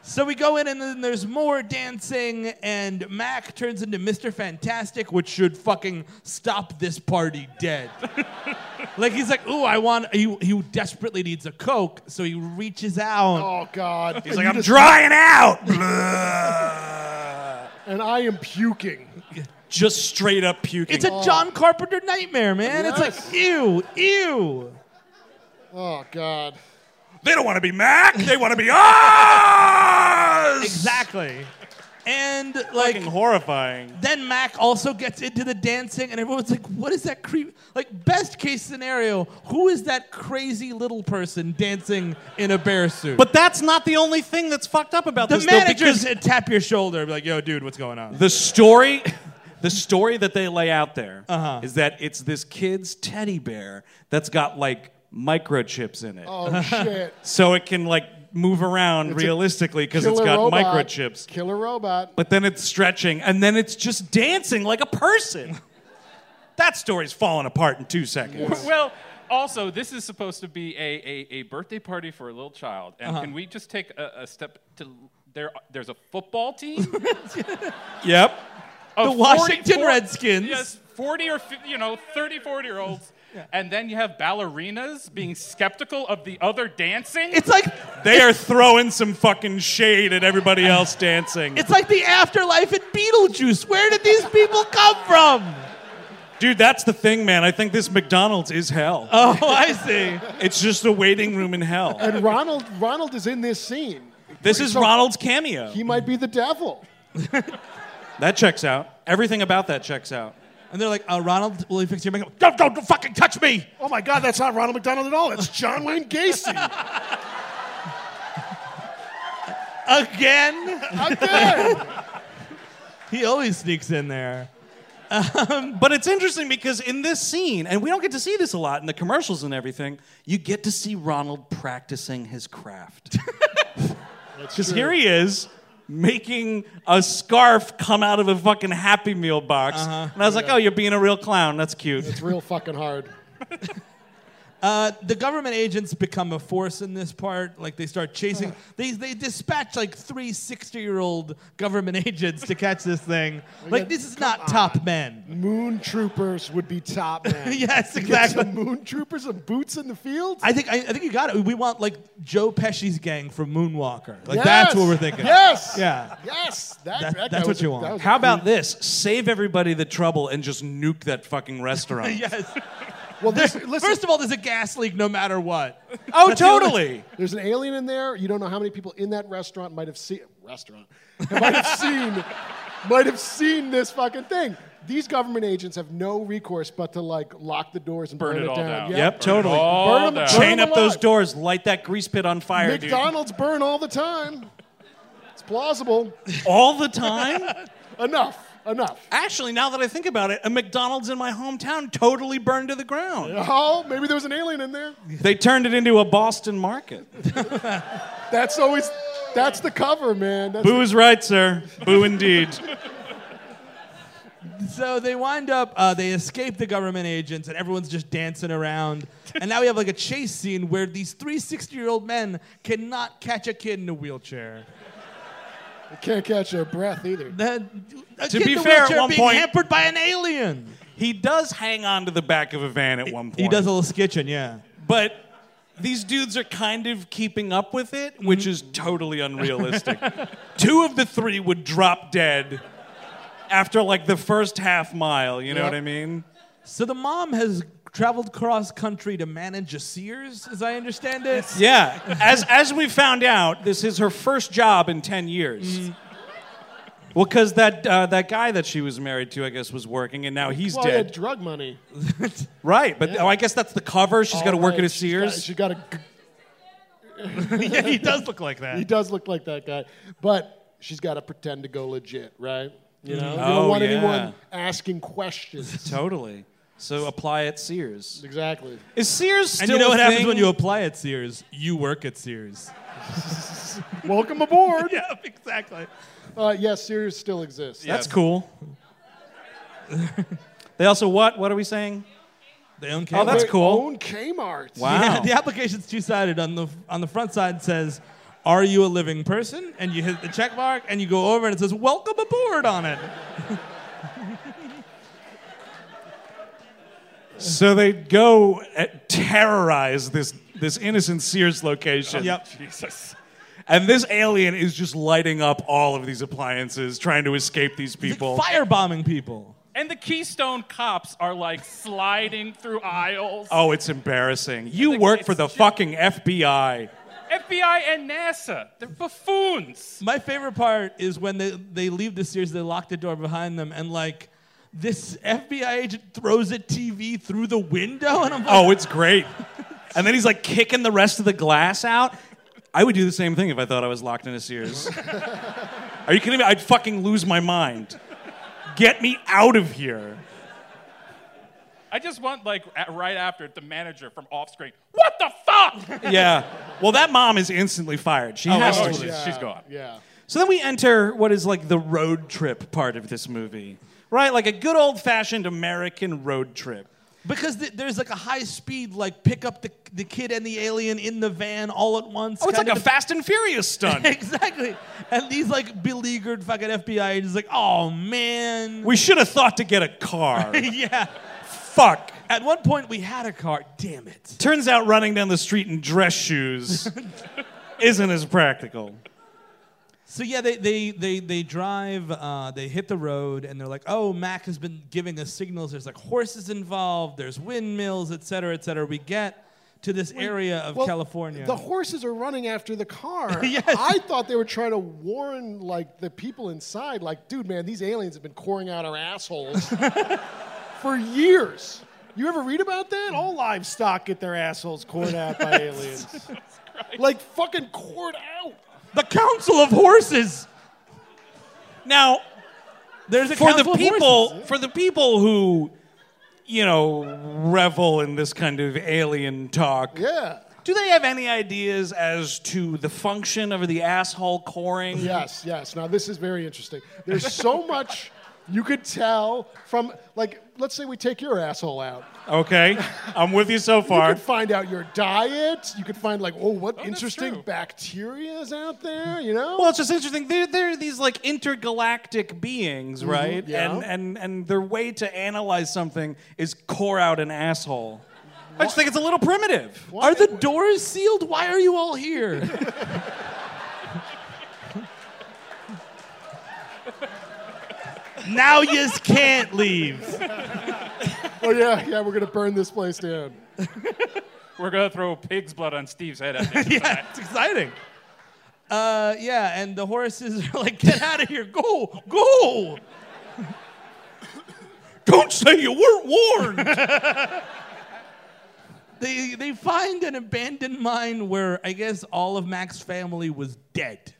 Speaker 7: So we go in, and then there's more dancing, and Mac turns into Mr. Fantastic, which should fucking stop this party dead. like he's like, "Ooh, I want." He, he desperately needs a coke, so he reaches out.
Speaker 5: Oh God.
Speaker 8: He's like, I'm drying out! Blah.
Speaker 5: and I am puking.
Speaker 8: just straight up puking.
Speaker 7: It's a John Carpenter nightmare, man. It's
Speaker 5: Yes.
Speaker 7: like, ew, ew.
Speaker 5: Oh God.
Speaker 8: they don't want to be Mac, they want to be us!
Speaker 7: Exactly. And like,
Speaker 8: Fucking horrifying.
Speaker 7: then Mac also gets into the dancing, and everyone's like, "What is that creep?" Like, best case scenario, who is that crazy little person dancing in a bear suit?
Speaker 8: But that's not the only thing that's fucked up about
Speaker 7: the
Speaker 8: this, though,
Speaker 7: managers
Speaker 8: because
Speaker 7: uh, tap your shoulder, and be like, "Yo, dude, what's going on?"
Speaker 8: the story, the story that they lay out there is that it's this kid's teddy bear that's got like microchips in it,
Speaker 5: Oh shit.
Speaker 8: so it can like move around realistically because it's
Speaker 5: Killer
Speaker 8: got
Speaker 5: robot.
Speaker 8: microchips.
Speaker 5: Killer robot.
Speaker 8: But then it's stretching, and then it's just dancing like a person. that story's falling apart in two seconds.
Speaker 9: Well, also, this is supposed to be a, a, a birthday party for a little child. And
Speaker 7: Uh-huh.
Speaker 9: can we just take a, a step to there? There's a football team, the
Speaker 8: Yep.
Speaker 7: The Washington Redskins.
Speaker 9: Yes, 40 or 50, you know, 30, 40 year olds. And then you have ballerinas being skeptical of the other dancing.
Speaker 7: It's like
Speaker 8: They are throwing some fucking shade at everybody else dancing.
Speaker 7: it's like the afterlife in Beetlejuice. Where did these people come from?
Speaker 8: Dude, that's the thing, man. I think this McDonald's is hell.
Speaker 7: Oh, I see.
Speaker 8: It's just a waiting room in hell.
Speaker 5: And Ronald Ronald is in this scene.
Speaker 8: This is
Speaker 5: So
Speaker 8: Ronald's cameo.
Speaker 5: He might be the devil.
Speaker 8: That checks out. Everything about that checks out.
Speaker 7: And they're like, uh, "Ronald, will you fix your makeup?" Don't, don't, don't fucking touch me.
Speaker 5: Oh my God, that's not Ronald McDonald at all. That's John Wayne Gacy.
Speaker 7: Again.
Speaker 5: Again.
Speaker 7: He always sneaks in there. Um,
Speaker 8: But it's interesting because in this scene, and we don't get to see this a lot in the commercials and everything, you get to see Ronald practicing his craft. Because here he is making a scarf come out of a fucking Happy Meal box.
Speaker 7: Uh-huh.
Speaker 8: And I was like, oh, you're being a real clown. That's cute.
Speaker 5: It's real fucking hard.
Speaker 7: Uh, the government agents become a force in this part. Like they start chasing. They they dispatch like three 60 year old government agents to catch this thing. Like this is not top men.
Speaker 5: Moon troopers would be top man.
Speaker 7: Yes,
Speaker 5: You get
Speaker 7: exactly.
Speaker 5: Some moon troopers and boots in the field.
Speaker 7: I think I, I think you got it. We want like Joe Pesci's gang from Moonwalker. Like that's what we're thinking.
Speaker 5: Yes.
Speaker 7: Yeah.
Speaker 5: Yes. That,
Speaker 7: That-
Speaker 5: that
Speaker 7: that's
Speaker 5: guy
Speaker 7: what
Speaker 5: was a-
Speaker 7: you want.
Speaker 5: that was a
Speaker 8: How about this? Save everybody the trouble and just nuke that fucking restaurant.
Speaker 7: Yes.
Speaker 5: Well, this, listen,
Speaker 7: First of all, there's a gas leak no matter what.
Speaker 8: Oh,
Speaker 7: That's the only-
Speaker 8: totally.
Speaker 5: there's an alien in there. You don't know how many people in that restaurant might have seen restaurant might have seen might have seen this fucking thing. These government agents have no recourse but to like lock the doors and burn,
Speaker 9: Burn it all down.
Speaker 5: Yeah.
Speaker 8: Yep,
Speaker 9: Burn it
Speaker 8: totally.
Speaker 9: all
Speaker 5: Burn 'em
Speaker 9: down.
Speaker 5: down.
Speaker 8: Chain up those
Speaker 5: alive.
Speaker 8: doors, light that grease pit on fire,
Speaker 5: McDonald's burn all the time. It's plausible.
Speaker 8: dude. All the time?
Speaker 5: Enough. Enough.
Speaker 8: Actually, now that I think about it, a McDonald's in my hometown totally burned to the ground.
Speaker 5: Oh, maybe there was an alien in there.
Speaker 8: They turned it into a Boston market.
Speaker 5: That's always that's the cover, man. That's
Speaker 8: Boo is right, sir. Boo indeed.
Speaker 7: So they wind up, uh, they escape the government agents, and everyone's just dancing around. and now we have like a chase scene where these three 60 year old men cannot catch a kid in a wheelchair.
Speaker 5: you can't catch their breath either.
Speaker 7: to
Speaker 8: be fair, at one
Speaker 7: being
Speaker 8: point-
Speaker 7: hampered by an alien.
Speaker 8: He does hang on to the back of a van at one point.
Speaker 7: He does a little skitching, yeah.
Speaker 8: But these dudes are kind of keeping up with it,
Speaker 5: Mm-hmm.
Speaker 8: which is totally unrealistic. Two of the three would drop dead after like the first half mile, you know
Speaker 5: Yep.
Speaker 8: what I mean?
Speaker 7: So the mom has traveled cross country to manage a Sears, as I understand it.
Speaker 8: Yeah. As as we found out, this is her first job in 10 years.
Speaker 5: Mm-hmm.
Speaker 8: Well, because that uh, that guy that she was married to, I guess, was working, and now he's
Speaker 5: well, they had
Speaker 8: dead.
Speaker 5: drug money.
Speaker 8: right, but oh, I guess that's the cover. She's got to work at a Sears.
Speaker 5: She got a. g-
Speaker 4: yeah, he does look like
Speaker 5: He
Speaker 4: that.
Speaker 5: does look like that guy, but she's got to pretend to go legit, right? You know, you
Speaker 8: Oh,
Speaker 5: don't want
Speaker 8: yeah.
Speaker 5: anyone asking questions.
Speaker 8: Totally. So apply at Sears.
Speaker 5: exactly.
Speaker 8: Is Sears still
Speaker 7: And you know
Speaker 8: a
Speaker 7: what happens
Speaker 8: thing?
Speaker 7: when you apply at Sears? You work at Sears.
Speaker 5: Welcome aboard.
Speaker 7: yeah, exactly.
Speaker 5: Uh, yes, Sears still exists.
Speaker 8: That's cool. they also what? What are we saying?
Speaker 7: They own
Speaker 8: Oh,
Speaker 7: cable.
Speaker 8: that's
Speaker 5: Their
Speaker 8: cool.
Speaker 5: Own Kmart.
Speaker 8: Wow.
Speaker 7: Yeah, the application's two-sided. On the on the front side says, "Are you a living person?" and you hit the check mark, and you go over, and it says, "Welcome aboard" on it.
Speaker 8: So they go at, terrorize this this innocent Sears location.
Speaker 7: Yep.
Speaker 9: Jesus.
Speaker 8: And this alien is just lighting up all of these appliances, trying to escape these
Speaker 7: It's
Speaker 8: people.
Speaker 7: like firebombing people.
Speaker 9: And the Keystone cops are like sliding through aisles.
Speaker 8: Oh, it's embarrassing. You
Speaker 9: Like,
Speaker 8: work
Speaker 9: it's
Speaker 8: for the
Speaker 9: just-
Speaker 8: fucking FBI.
Speaker 9: FBI and NASA. They're buffoons.
Speaker 7: My favorite part is when they they leave the Sears, they lock the door behind them, and like. This FBI agent throws a TV through the window, and I'm like,
Speaker 8: Oh, it's great. And then he's like kicking the rest of the glass out. I would do the same thing if I thought I was locked in a Sears. Are you kidding me? I'd fucking lose my mind. Get me out of here.
Speaker 9: I just want like at, right after the manager from off screen. What the fuck?
Speaker 8: Yeah. Well, that mom is instantly fired. She has
Speaker 9: oh,
Speaker 8: to.
Speaker 9: she's,
Speaker 8: leave.
Speaker 9: she's gone.
Speaker 5: Yeah.
Speaker 8: So then we enter what is like the road trip part of this movie, right? Like a good old fashioned American road trip.
Speaker 7: because th- there's like a high speed, like pick up the, the kid and the alien in the van all at once.
Speaker 8: Oh, it's
Speaker 7: kind
Speaker 8: like a
Speaker 7: of-
Speaker 8: Fast and Furious stunt.
Speaker 7: exactly. And these like beleaguered fucking FBI agents like, oh man.
Speaker 8: we should have thought to get a car.
Speaker 7: yeah.
Speaker 8: Fuck.
Speaker 7: At one point we had a car. Damn it.
Speaker 8: Turns out running down the street in dress shoes isn't as practical.
Speaker 7: So yeah, they they they they drive. Uh, they hit the road and they're like, oh, Mac has been giving us signals. There's like horses involved. There's windmills, et cetera, et cetera. We get to this area of
Speaker 5: Well,
Speaker 7: California.
Speaker 5: The horses are running after the car.
Speaker 7: Yes.
Speaker 5: I thought they were trying to warn like the people inside, like, dude, man, these aliens have been coring out our assholes for years. You ever read about that? All livestock get their assholes cored out by aliens. like fucking cored out.
Speaker 7: The Council of Horses.
Speaker 8: Now,
Speaker 7: There's a
Speaker 8: for the
Speaker 7: council of
Speaker 8: people
Speaker 7: horses.
Speaker 8: for the people who you know revel in this kind of alien talk,
Speaker 5: Yeah.
Speaker 8: Do they have any ideas as to the function of the asshole coring?
Speaker 5: Yes, yes. Now this is very interesting. There's so much you could tell from like let's say we take your asshole out.
Speaker 8: Okay, I'm with you so
Speaker 5: You
Speaker 8: far.
Speaker 5: could find out your diet. You could find like, oh, what interesting
Speaker 9: true.
Speaker 5: bacteria is out there, you know?
Speaker 8: Well, it's just interesting. They're, they're these like intergalactic beings,
Speaker 7: Mm-hmm.
Speaker 8: right?
Speaker 5: yeah.
Speaker 8: And and and their way to analyze something is core out an asshole. I just think it's a little primitive.
Speaker 5: Why-
Speaker 8: Are the doors sealed? Why are you all here?
Speaker 4: Now you just can't leave.
Speaker 5: oh yeah, yeah, we're gonna burn this place down.
Speaker 9: We're gonna throw pig's blood on Steve's head. At him.
Speaker 4: yeah, it's exciting.
Speaker 7: Uh, yeah, and the horses are like, get out of here, go, go.
Speaker 8: Don't say you weren't warned.
Speaker 7: They they find an abandoned mine where I guess all of Mac's family was dead.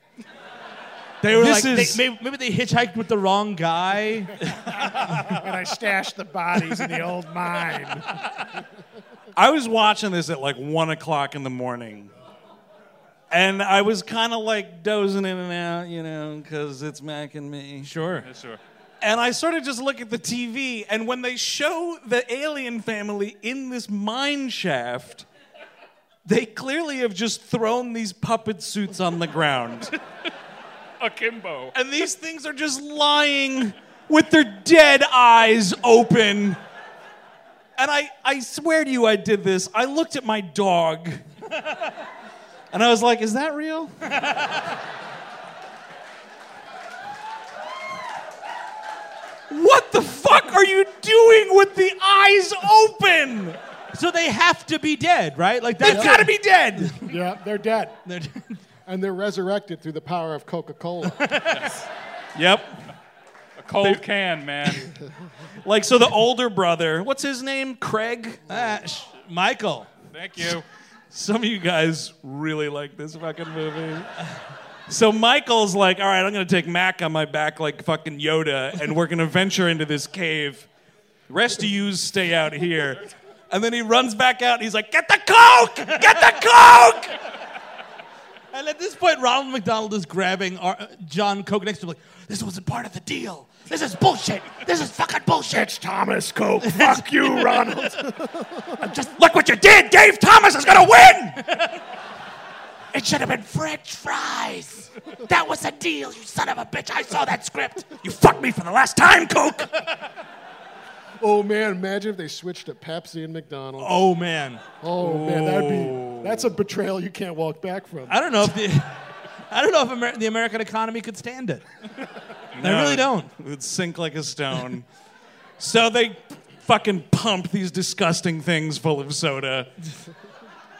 Speaker 7: They were
Speaker 8: This
Speaker 7: like,
Speaker 8: is-
Speaker 7: they, maybe, maybe they hitchhiked with the wrong guy.
Speaker 10: and I stashed the bodies in the old mine.
Speaker 8: I was watching this at like one o'clock in the morning. And I was kind of like dozing in and out, you know, because it's Mac and me.
Speaker 7: Sure.
Speaker 9: sure.
Speaker 8: And I sort of just look at the TV, and when they show the alien family in this mine shaft, they clearly have just thrown these puppet suits on the ground.
Speaker 9: Akimbo.
Speaker 8: and these things are just lying with their dead eyes open. And I, I swear to you, I did this. I looked at my dog, and I was like, is that real? What the fuck are you doing with the eyes open?
Speaker 7: So they have to be dead, right? Like
Speaker 8: They've
Speaker 7: that's
Speaker 8: got to be dead.
Speaker 5: Yeah, they're dead.
Speaker 7: They're dead.
Speaker 5: And they're resurrected through the power of Coca-Cola.
Speaker 8: Yep.
Speaker 9: A cold can, man.
Speaker 8: Like so, the older brother, what's his name? Craig.
Speaker 7: Ah, sh- Michael.
Speaker 9: Thank you.
Speaker 8: Some of you guys really like this fucking movie. So Michael's like, all right, I'm gonna take Mac on my back like fucking Yoda, and we're gonna venture into this cave. The rest of you stay out here. And then he runs back out and he's like, get the Coke! Get the Coke!
Speaker 7: And at this point, Ronald McDonald is grabbing our, uh, John Coke next to him, like, this wasn't part of the deal. This is bullshit. This is fucking bullshit.
Speaker 10: It's Thomas Coke. Fuck you, Ronald.
Speaker 8: Just look what you did! Dave Thomas is gonna win! It should have been French fries. That was a deal, you son of a bitch. I saw that script. You fucked me for the last time, Coke!
Speaker 5: oh man, imagine if they switched to Pepsi and McDonald's.
Speaker 7: Oh, man.
Speaker 5: Oh, man, that'd be that's a betrayal you can't walk back from.
Speaker 7: I don't know if the, I don't know if Amer- the American economy could stand it. I really don't.
Speaker 8: It would sink like a stone. so they fucking pump these disgusting things full of soda.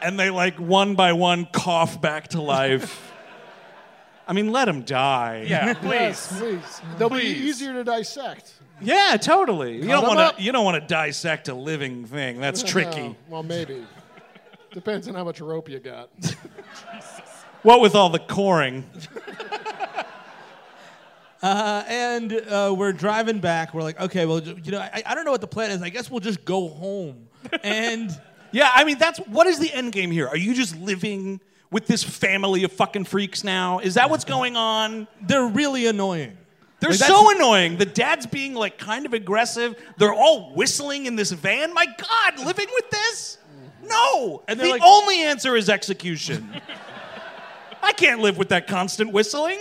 Speaker 8: And they like one by one cough back to life. I mean, let them die.
Speaker 9: Yeah, please.
Speaker 5: Yes, please.
Speaker 7: Mm.
Speaker 5: They'll
Speaker 9: Please.
Speaker 5: be easier to dissect.
Speaker 8: Yeah, totally. You don't
Speaker 5: 'em
Speaker 8: want
Speaker 5: up.
Speaker 8: to. You don't want to dissect a living thing. That's
Speaker 5: Oh,
Speaker 8: tricky.
Speaker 5: well, maybe. Depends on how much rope you got.
Speaker 8: What with all the coring?
Speaker 7: Uh, and uh, we're driving back. We're like, okay, well, ju- you know, I, I don't know what the plan is. I guess we'll just go home. And
Speaker 8: Yeah, I mean, that's what is the end game here? Are you just living with this family of fucking freaks now? Is that what's going on?
Speaker 7: they're really annoying.
Speaker 8: They're
Speaker 7: Like, that's-
Speaker 8: so annoying. The dad's being like kind of aggressive. They're all whistling in this van. My God, living with this? No.
Speaker 7: And they're
Speaker 8: the
Speaker 7: like-
Speaker 8: only answer is execution. I can't live with that constant whistling.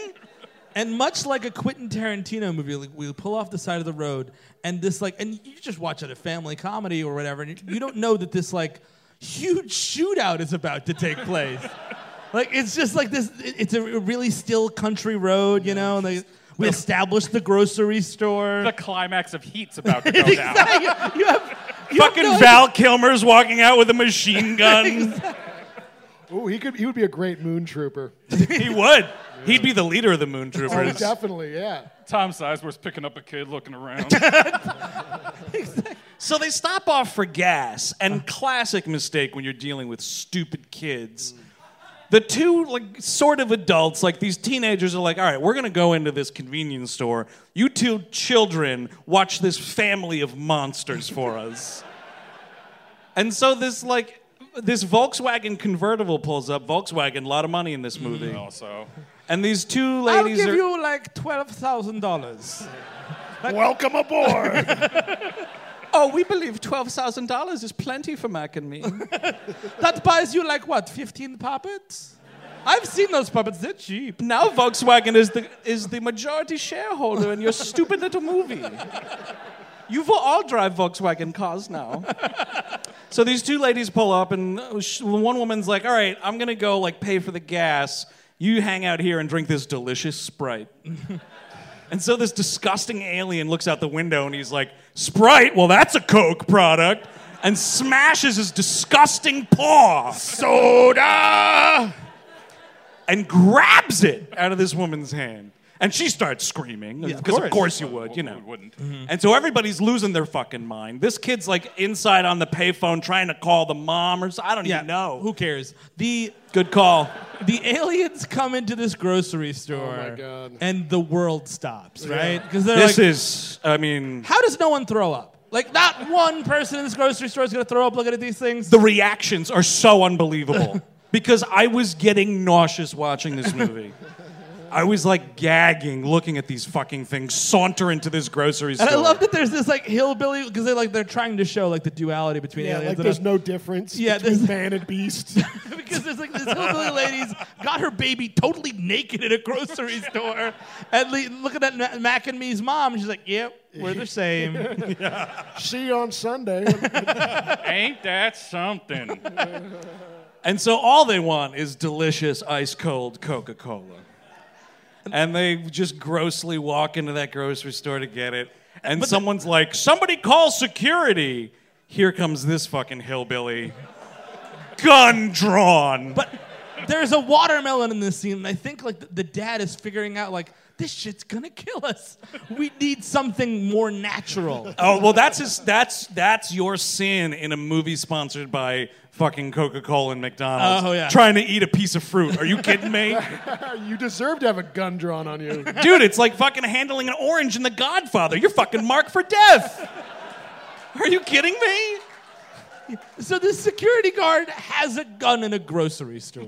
Speaker 7: And much like a Quentin Tarantino movie, like we pull off the side of the road, and this like, and you just watch it a family comedy or whatever, and you don't know that this like huge shootout is about to take place. like it's just like this. it- It's a really still country road, you know. And they, we established the grocery store.
Speaker 9: The climax of heat's about to go down.
Speaker 7: you have you have
Speaker 8: Fucking
Speaker 7: no-
Speaker 8: Val Kilmer's walking out with a machine gun.
Speaker 5: Ooh, he could he would be a great moon trooper.
Speaker 8: he would. He'd be the leader of the Moon
Speaker 5: Oh,
Speaker 8: Troopers.
Speaker 5: definitely, yeah.
Speaker 9: Tom Sizemore's picking up a kid, looking around.
Speaker 8: So they stop off for gas, and classic mistake when you're dealing with stupid kids. The two like sort of adults, like these teenagers are like, "All right, we're going to go into this convenience store. You two children watch this family of monsters for us." and so this like this Volkswagen convertible pulls up. Volkswagen, a lot of money in this movie.
Speaker 9: also.
Speaker 8: And these two
Speaker 7: I'll
Speaker 8: ladies
Speaker 7: give
Speaker 8: are.
Speaker 7: you like twelve thousand dollars.
Speaker 10: Welcome aboard.
Speaker 8: oh, we believe twelve thousand dollars is plenty for Mac and me.
Speaker 7: That buys you like what, fifteen puppets? I've seen those puppets. They're cheap.
Speaker 8: now Volkswagen is the is the majority shareholder in your stupid little movie. You will all drive Volkswagen cars now. so these two ladies pull up, and sh- one woman's like, "All right, I'm gonna go like pay for the gas. You hang out here and drink this delicious Sprite." and so this disgusting alien looks out the window and he's like, "Sprite? Well, that's a Coke product." And smashes his disgusting paw. Soda! and grabs it out of this woman's hand. And she starts screaming, because of, course. you would, you know.
Speaker 9: wouldn't?
Speaker 8: And so everybody's losing their fucking mind. This kid's like inside on the payphone trying to call the mom or something. I don't even know.
Speaker 7: Who cares? The
Speaker 8: Good call.
Speaker 7: the aliens come into this
Speaker 10: Oh
Speaker 7: grocery store.
Speaker 5: God.
Speaker 7: And the world stops, right? Because they're
Speaker 8: This
Speaker 7: like,
Speaker 8: is, I mean,
Speaker 7: how does no one throw up? Like not one person in this grocery store is gonna throw up looking at these things.
Speaker 8: the reactions are so unbelievable because I was getting nauseous watching this movie. I was like gagging looking at these fucking things saunter into this grocery store.
Speaker 7: and I love that there's this like hillbilly because they like they're trying to show like the duality between
Speaker 10: yeah,
Speaker 7: aliens
Speaker 10: like
Speaker 7: and
Speaker 10: there's
Speaker 7: us.
Speaker 10: no difference
Speaker 7: Yeah,
Speaker 10: between
Speaker 7: there's-
Speaker 10: man and beast.
Speaker 7: because there's like this hillbilly lady's got her baby totally naked in a grocery store, and le- looking at Ma- Mac and me's mom, and she's like, "Yep, we're the same."
Speaker 5: See you on Sunday.
Speaker 9: Ain't that something?
Speaker 8: And so all they want is delicious ice cold Coca Cola. And they just grossly walk into that grocery store to get it. And someone's like, somebody call security. Here comes this fucking hillbilly. Gun drawn. But
Speaker 7: there's a watermelon in this scene, and I think like the, the dad is figuring out like this shit's gonna kill us. We need something more natural.
Speaker 8: oh well that's his that's that's your sin in a movie sponsored by fucking Coca-Cola and McDonald's.
Speaker 7: Oh, yeah.
Speaker 8: Trying to eat a piece of fruit. Are you kidding me?
Speaker 5: you deserve to have a gun drawn on you.
Speaker 8: Dude, it's like fucking handling an orange in The Godfather. You're fucking marked for death. Are you kidding me?
Speaker 7: so this security guard has a gun in a grocery store.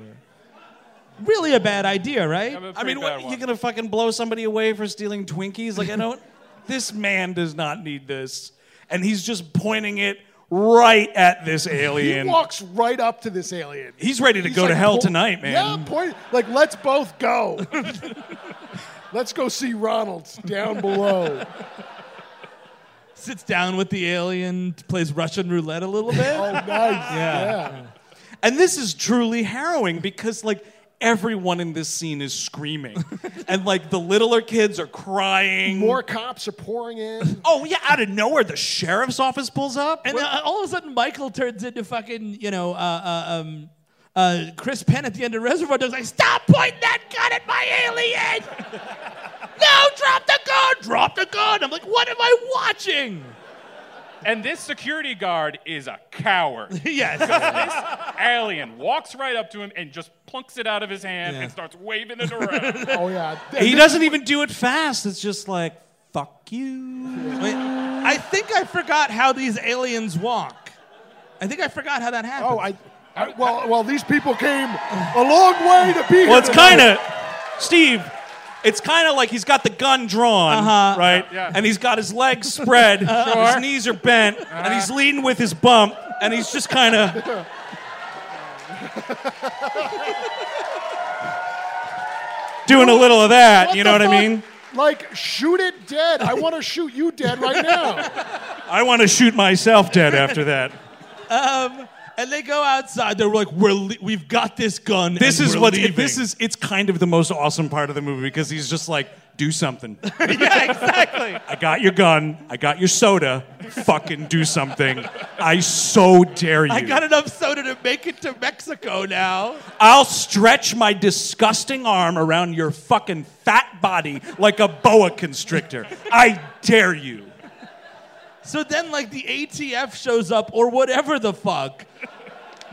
Speaker 7: Really a bad idea, right?
Speaker 8: I mean, what,
Speaker 9: one.
Speaker 8: you're gonna fucking blow somebody away for stealing Twinkies? Like, I don't. this man does not need this, and he's just pointing it right at this
Speaker 5: He
Speaker 8: alien.
Speaker 5: walks right up to this alien.
Speaker 8: he's ready to
Speaker 5: He's
Speaker 8: go to
Speaker 5: like,
Speaker 8: hell
Speaker 5: po-
Speaker 8: tonight, man.
Speaker 5: Yeah, point. Like, let's both go. let's go see Ronald's down below.
Speaker 7: Sits down with the alien, plays Russian roulette a little bit.
Speaker 5: Oh, nice. Yeah.
Speaker 8: And this is truly harrowing because like everyone in this scene is screaming, and like the littler kids are crying.
Speaker 5: More cops are pouring in.
Speaker 8: Oh yeah, out of nowhere, the sheriff's office pulls up.
Speaker 7: And uh, all of a sudden, Michael turns into fucking, you know, uh, uh, um, uh, Chris Penn at the end of Reservoir Dogs. Like, stop pointing that gun at my alien! no, drop the gun! Drop the gun! I'm like, what am I watching?
Speaker 9: And this security guard is a coward.
Speaker 7: yes.
Speaker 9: Alien walks right up to him and just plunks it out of his hand
Speaker 7: Yeah.
Speaker 9: and starts waving it around.
Speaker 5: Oh, yeah.
Speaker 8: he doesn't even do it fast. It's just like fuck you.
Speaker 7: Wait, I think I forgot how these aliens walk. I think I forgot how that happened.
Speaker 5: Oh, I. I well, well, these people came a long way to be here.
Speaker 8: Well, it's
Speaker 5: tonight.
Speaker 8: kind of Steve. It's kind of like he's got the gun drawn, right?
Speaker 9: Yeah.
Speaker 8: And he's got his legs spread, his knees are bent,
Speaker 7: Uh-huh.
Speaker 8: and he's leading with his bump, and he's just kind of. Doing a little of that, you know what
Speaker 5: the
Speaker 8: I mean?
Speaker 5: fuck? Like, shoot it dead. I want to shoot you dead right now.
Speaker 8: I want to shoot myself dead after that.
Speaker 7: Um, and they go outside. They're like, we're le- we've got this gun.
Speaker 8: This
Speaker 7: and
Speaker 8: is
Speaker 7: we're
Speaker 8: what
Speaker 7: leaving.
Speaker 8: this is. It's kind of the most awesome part of the movie because he's just like, do something.
Speaker 7: yeah, exactly.
Speaker 8: I got your gun. I got your soda. Fucking do something. I so dare you.
Speaker 7: I got enough soda to make it to Mexico now.
Speaker 8: I'll stretch my disgusting arm around your fucking fat body like a boa constrictor. I dare you.
Speaker 7: So then, like, the ATF shows up or whatever the fuck.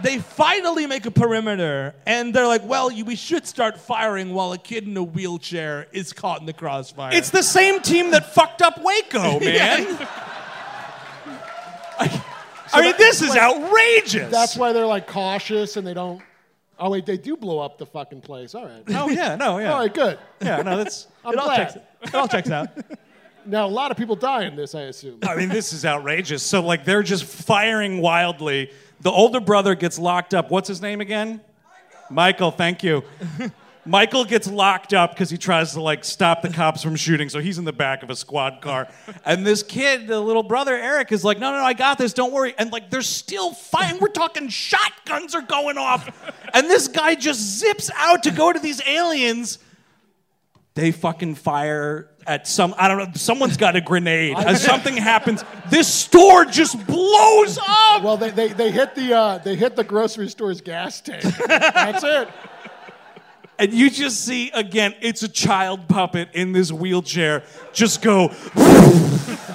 Speaker 7: They finally make a perimeter, and they're like, well, you- we should start firing while a kid in a wheelchair is caught in the crossfire.
Speaker 8: It's the same team that fucked up Waco, man.
Speaker 7: Yeah.
Speaker 8: I,
Speaker 4: I mean, this is outrageous.
Speaker 5: That's why they're like cautious and they don't. Oh wait, they do blow up the fucking place. All right.
Speaker 4: Oh yeah, no, yeah.
Speaker 5: All right, good.
Speaker 4: Yeah, no, that's
Speaker 5: I'm
Speaker 4: it all
Speaker 5: glad.
Speaker 4: checks it all checks out.
Speaker 5: Now a lot of people die in this, I assume.
Speaker 8: I mean, this is outrageous. So, like, they're just firing wildly. The older brother gets locked up. What's his name again? Michael, thank you. Michael gets locked up because he tries to, like, stop the cops from shooting. So he's in the back of a squad car. And this kid, the little brother, Eric, is like, no, no, no, I got this. Don't worry. And, like, they're still firing. We're talking shotguns are going off. And this guy just zips out to go to these aliens. They fucking fire at some, I don't know, someone's got a grenade. Uh, something happens. This store just blows up.
Speaker 5: Well, they, they, they hit the uh, they hit the grocery store's gas tank. That's it.
Speaker 8: And you just see again, it's a child puppet in this wheelchair just go.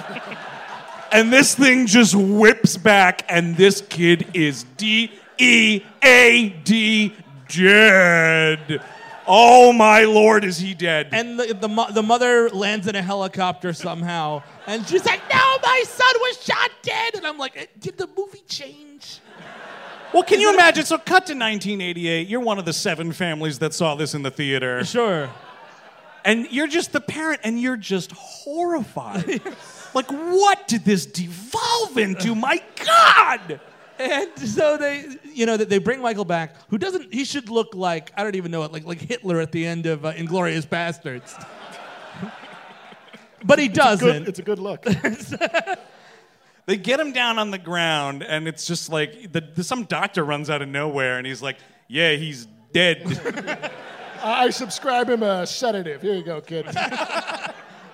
Speaker 8: and this thing just whips back, and this kid is D E A D dead. Oh my lord, is he dead?
Speaker 7: And the, the, mo- the mother lands in a helicopter somehow, and she's like, No, my son was shot dead. And I'm like, "Eh, Did the movie change?
Speaker 8: well, can you imagine? So, cut to 1988. You're one of the seven families that saw this in the theater.
Speaker 7: Sure.
Speaker 8: and you're just the parent and you're just horrified like what did this devolve into my god
Speaker 7: And so they, you know, they bring Michael back, who doesn't, he should look like, I don't even know it, like, like Hitler at the end of uh, Inglorious Bastards. but he doesn't.
Speaker 5: Good, it's a good look.
Speaker 8: they get him down on the ground and it's just like the, the, some doctor runs out of nowhere and he's like yeah he's dead
Speaker 5: I subscribe him a sedative. Here you go, kid.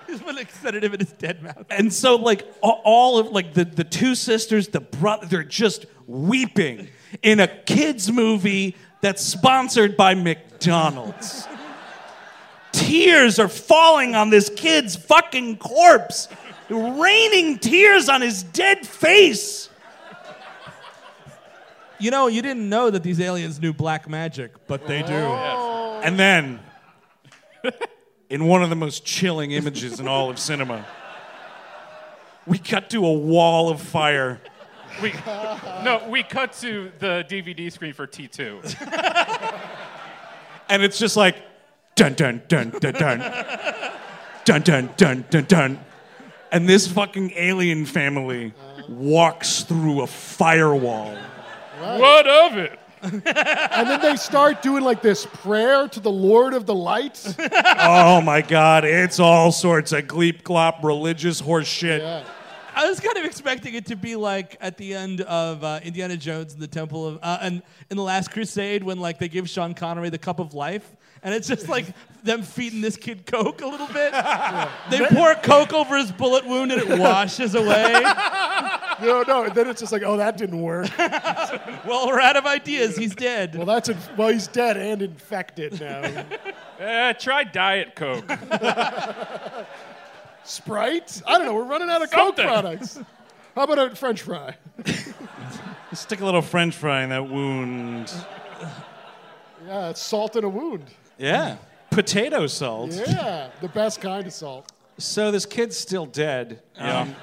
Speaker 7: He's been like sedative in his dead mouth.
Speaker 8: and so like a- all of like the, the two sisters the brother they're just weeping in a kids movie that's sponsored by mcdonald's tears are falling on this kid's fucking corpse raining tears on his dead face
Speaker 7: You know, you didn't know that these aliens knew black magic, but they do.
Speaker 8: and then in one of the most chilling images in all of cinema we cut to a wall of fire
Speaker 9: We, no, we cut to the DVD screen for T2.
Speaker 8: and it's just like dun dun dun dun dun dun dun dun dun dun and this fucking alien family walks through a firewall
Speaker 9: what of it?
Speaker 5: and then they start doing like this prayer to the Lord of the Lights.
Speaker 8: oh my god it's all sorts of gleep glop religious horse shit
Speaker 7: I was kind of expecting it to be like at the end of uh, Indiana Jones and the Temple of, uh, and in the Last Crusade when like they give Sean Connery the cup of life, and it's just like them feeding this kid Coke a little bit. They pour Coke over his bullet wound and it washes away.
Speaker 5: No, no. And then it's just like, oh, that didn't work.
Speaker 7: well, we're out of ideas. He's
Speaker 5: Well,
Speaker 7: dead.
Speaker 5: that's in- well, he's dead and infected now.
Speaker 9: Eh, try Diet Coke.
Speaker 5: Sprite? I don't know. We're running out of Coke
Speaker 9: Something.
Speaker 5: products. How about a French fry?
Speaker 8: stick a little french fry in that wound
Speaker 5: Yeah, it's salt in a wound.
Speaker 8: yeah potato salt
Speaker 5: Yeah, the best kind of salt.
Speaker 8: so this kid's still dead. Um,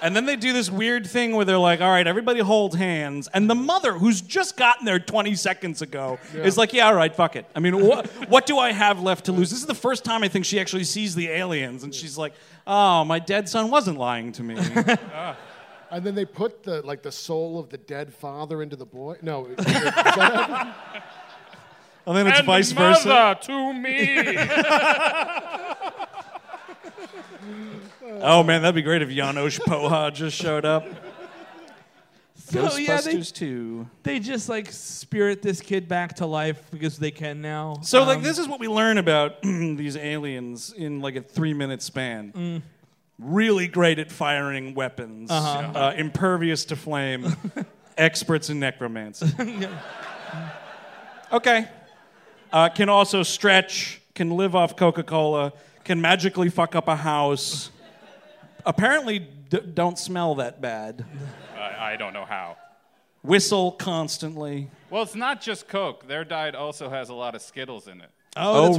Speaker 8: and then they do this weird thing where they're like, all right, everybody hold hands. And the mother, who's just gotten there 20 seconds ago, is like, yeah, all right, fuck it. I mean, what, what do I have left to lose? This is the first time I think she actually sees the aliens. And she's like, oh, my dead son wasn't lying to me.
Speaker 5: And then they put the like the soul of the dead father into the boy. No, is that-
Speaker 8: And then it's
Speaker 9: and
Speaker 8: vice
Speaker 9: mother
Speaker 8: versa.
Speaker 9: to me.
Speaker 8: Oh, man, that'd be great if Janosch Poha just showed up.
Speaker 7: So yeah, they,
Speaker 8: Ghostbusters 2.
Speaker 7: they just like spirit this kid back to life because they can now.
Speaker 8: So like this is what we learn about these aliens in like a three minute span.
Speaker 7: Mm.
Speaker 8: Really great at firing weapons, uh
Speaker 7: Uh-huh.
Speaker 8: impervious to flame, experts in necromancy.
Speaker 7: Oh,
Speaker 8: okay, uh, can also stretch, can live off Coca Cola, can magically fuck up a house. Apparently, d- don't smell that bad.
Speaker 9: I, I don't know how.
Speaker 8: Whistle constantly.
Speaker 9: Well, it's not just Coke. Their diet also has a lot of Skittles in it.
Speaker 7: Oh, that's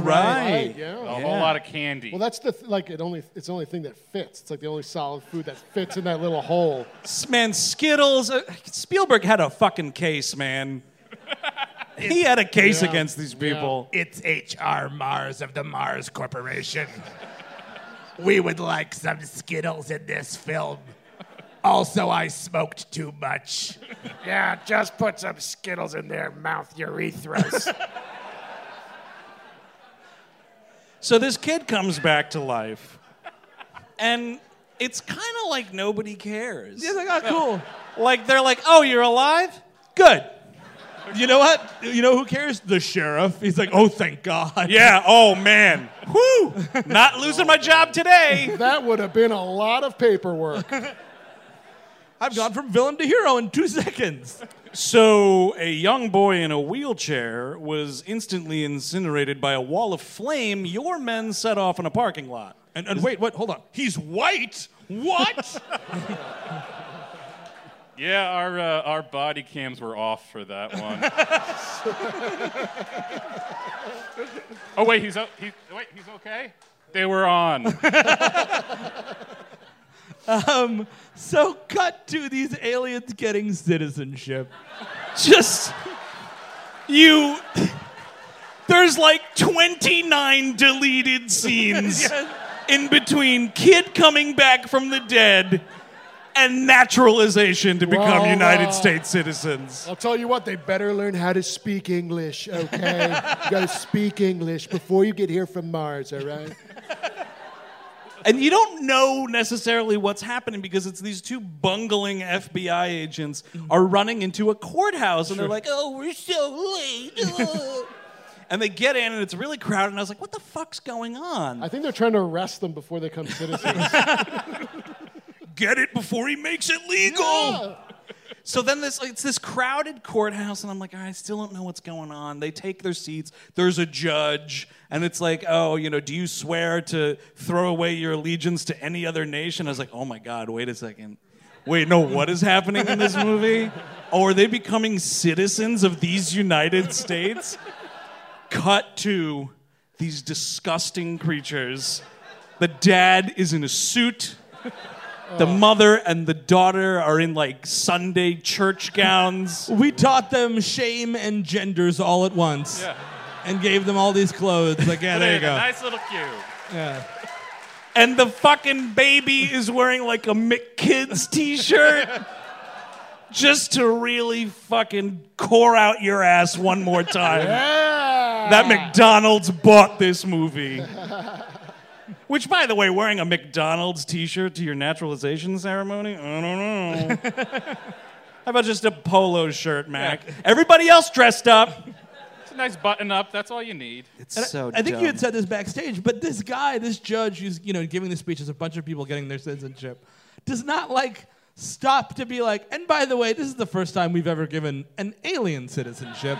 Speaker 5: Right,
Speaker 7: right.
Speaker 5: Oh, yeah.
Speaker 9: A whole lot of candy.
Speaker 5: Well, that's the th- like it only it's the only thing that fits. It's like the only solid food that fits in that little hole.
Speaker 8: S- Man, Skittles. uh, Spielberg had a fucking case, man. he had a case against these people.
Speaker 10: It's H.R. Mars of the Mars Corporation. we would like some Skittles in this film. Also, I smoked too much. yeah, just put some Skittles in their mouth urethras.
Speaker 8: So this kid comes back to life, and it's kind of like nobody cares.
Speaker 7: He's like, oh, cool.
Speaker 8: Like they're like, "Oh, you're alive? Good."
Speaker 4: You know what? You know who cares? The sheriff. He's like, oh, thank God.
Speaker 8: Yeah. Oh man. Whoo! Not losing my job today.
Speaker 5: That would have been a lot of paperwork.
Speaker 7: I've gone from villain to hero in two seconds.
Speaker 8: So a young boy in a wheelchair was instantly incinerated by a wall of flame your men set off in a parking lot.
Speaker 4: And, and wait, what? Hold on. He's white. What?
Speaker 9: yeah, our uh, our body cams were off for that one. oh wait, he's o- he, wait, he's okay. They were on.
Speaker 7: Um, so cut to these aliens getting citizenship.
Speaker 8: Just you. There's like 29 deleted scenes in between kid coming back from the dead and naturalization to become
Speaker 5: Wow.
Speaker 8: United States citizens.
Speaker 5: I'll tell you what, they better learn how to speak English, okay? you gotta speak English before you get here from Mars, all right?
Speaker 8: And you don't know necessarily what's happening because it's these two bungling FBI agents are running into a courthouse and they're like, "Oh, we're so late." and they get in and it's really crowded and I was like, "What the fuck's going on?"
Speaker 5: I think they're trying to arrest them before they come citizens.
Speaker 8: Get it before he makes it legal. So then this it's this crowded courthouse and I'm like, "I still don't know what's going on." They take their seats. There's a judge and it's like, "Oh, you know, do you swear to throw away your allegiance to any other nation?" I was like, "Oh my god, wait a second. Wait, no, what is happening in this movie? Oh, are they becoming citizens of these United States? Cut to these disgusting creatures. The dad is in a suit. The
Speaker 7: Oh.
Speaker 8: mother and the daughter are in like Sunday church gowns.
Speaker 7: We taught them shame and genders all at once. And gave them all these clothes. Like, yeah, there you go.
Speaker 9: Nice little cube.
Speaker 7: Yeah.
Speaker 8: And the fucking baby is wearing like a McKids t shirt just to really fucking core out your ass one more time. That McDonald's bought this movie. Which, by the way, wearing a McDonald's t shirt to your naturalization ceremony? I don't know. How about just a polo shirt, Mac? Everybody else dressed up.
Speaker 9: It's a nice button up. That's all you need.
Speaker 7: And I- I, think you had said this backstage, but this guy, this judge who's you know giving the speeches, a bunch of people getting their citizenship, does not like stop to be like. And by the way, this is the first time we've ever given an alien citizenship,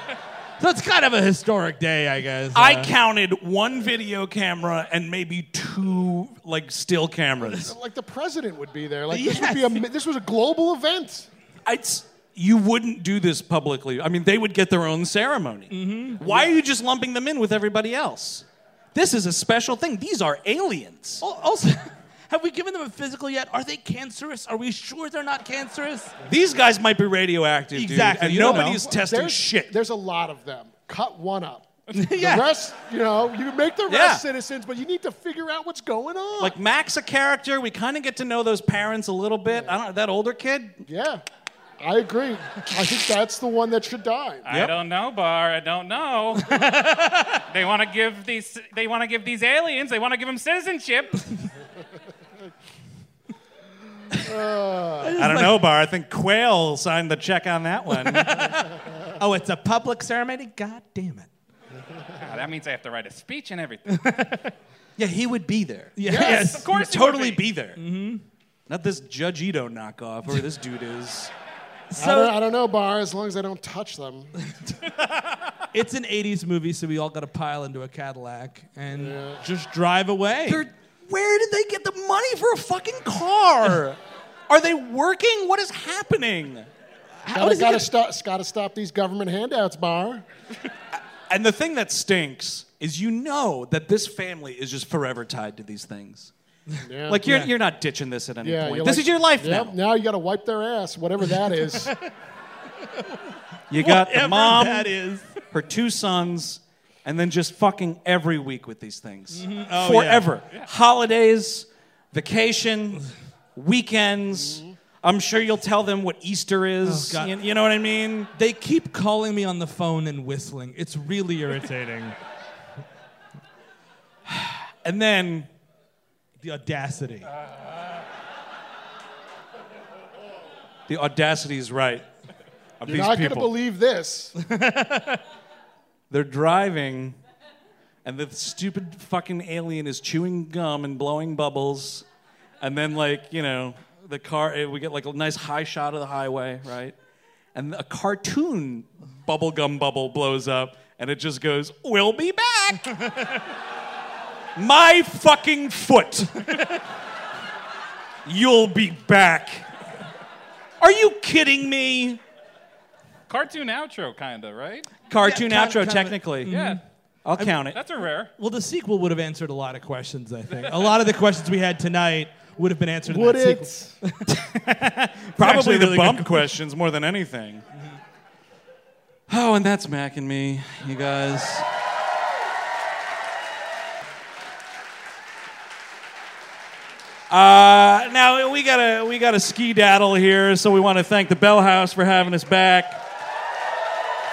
Speaker 7: so it's kind of a historic day, I guess.
Speaker 8: I
Speaker 7: Uh,
Speaker 8: counted one video camera and maybe two like still cameras.
Speaker 5: like the president would be there. Like this would be a mi- this was a global event.
Speaker 8: It's you wouldn't do this publicly. I mean, they would get their own ceremony. Why are you just lumping them in with everybody else? This is a special thing. These are aliens.
Speaker 7: al- also. Have we given them a physical yet? Are they cancerous? Are we sure they're not cancerous?
Speaker 8: These guys might be radioactive, dude,
Speaker 7: Exactly,
Speaker 8: and
Speaker 7: you don't
Speaker 8: nobody
Speaker 7: know.
Speaker 8: is testing
Speaker 5: there's,
Speaker 8: shit.
Speaker 5: There's a lot of them. Cut one up.
Speaker 7: yeah.
Speaker 5: The rest, you know, you make the rest
Speaker 8: Yeah.
Speaker 5: citizens, but you need to figure out what's going on.
Speaker 8: Like Mac's a character. We kind of get to know those parents a little bit. I don't that older kid.
Speaker 5: yeah, I agree. I think that's the one that should die.
Speaker 9: I don't know, Bar. I don't know. they want to give these. They want to give these aliens. They want to give them citizenship.
Speaker 8: I don't know, Bar. I think Quail signed the check on that one.
Speaker 7: Oh, it's a public ceremony? God damn it.
Speaker 9: Ah, that means I have to write a speech and everything.
Speaker 8: Yeah, he would be there. Yes,
Speaker 9: of course he would
Speaker 8: totally
Speaker 9: be.
Speaker 8: there.
Speaker 5: Mm-hmm.
Speaker 8: Not this Judge Ito knockoff, or this dude is.
Speaker 5: I, don't, I don't know, Bar, as long as I don't touch them.
Speaker 7: It's an 80s movie, so we all got to pile into a Cadillac and just drive away.
Speaker 8: They're- where did they get the money for a fucking car? Are they working? What is happening?
Speaker 5: Gotta, gotta, stop, gotta stop these government handouts, Bar.
Speaker 8: And the thing that stinks is you know that this family is just forever tied to these things.
Speaker 5: Yeah.
Speaker 8: Like you're
Speaker 5: Yeah.
Speaker 8: you're not ditching this at any
Speaker 5: Yeah,
Speaker 8: point.
Speaker 5: you're
Speaker 8: This
Speaker 5: like-
Speaker 8: is your life
Speaker 5: Yep,
Speaker 8: now.
Speaker 5: Now you got to wipe their ass, whatever that is.
Speaker 8: You got
Speaker 5: Whatever
Speaker 8: the mom,
Speaker 5: that
Speaker 7: is.
Speaker 8: her two sons, and then just fucking every week with these things
Speaker 5: Mm-hmm.
Speaker 7: Mhm. Oh,
Speaker 8: forever. Holidays, vacation, weekends. I'm sure you'll tell them what Easter is.
Speaker 7: God.
Speaker 8: you, you know what I mean?
Speaker 7: They keep calling me on the phone and whistling. It's really irritating.
Speaker 8: and then
Speaker 7: the audacity.
Speaker 8: The audacity is right. Of
Speaker 5: You're
Speaker 8: these
Speaker 5: not going to
Speaker 8: people.
Speaker 5: believe this.
Speaker 8: They're driving, and the stupid fucking alien is chewing gum and blowing bubbles, and then like you know the car. eh, We get like a nice high shot of the highway, right? And a cartoon bubblegum bubble blows up, and it just goes, "We'll be back." My fucking foot. You'll be back. Are you kidding me?
Speaker 9: Cartoon outro, kind of, right?
Speaker 8: Mm-hmm. Cartoon
Speaker 7: Yeah, kind-
Speaker 8: outro,
Speaker 7: kind of-
Speaker 8: technically.
Speaker 9: Yeah.
Speaker 8: I'll count it.
Speaker 9: That's a rare.
Speaker 7: Well, the sequel would have answered a lot of questions, I think. A lot of the questions we had tonight would have been answered in
Speaker 5: Would
Speaker 7: that
Speaker 5: it?
Speaker 7: sequel.
Speaker 8: Probably
Speaker 7: Actually,
Speaker 8: the
Speaker 7: really good
Speaker 8: bump
Speaker 7: question.
Speaker 8: questions more than anything. Oh, and that's Mac and me, you guys. Uh, now we gotta we gotta ski daddle here, so we want to thank the Bell House for having us back.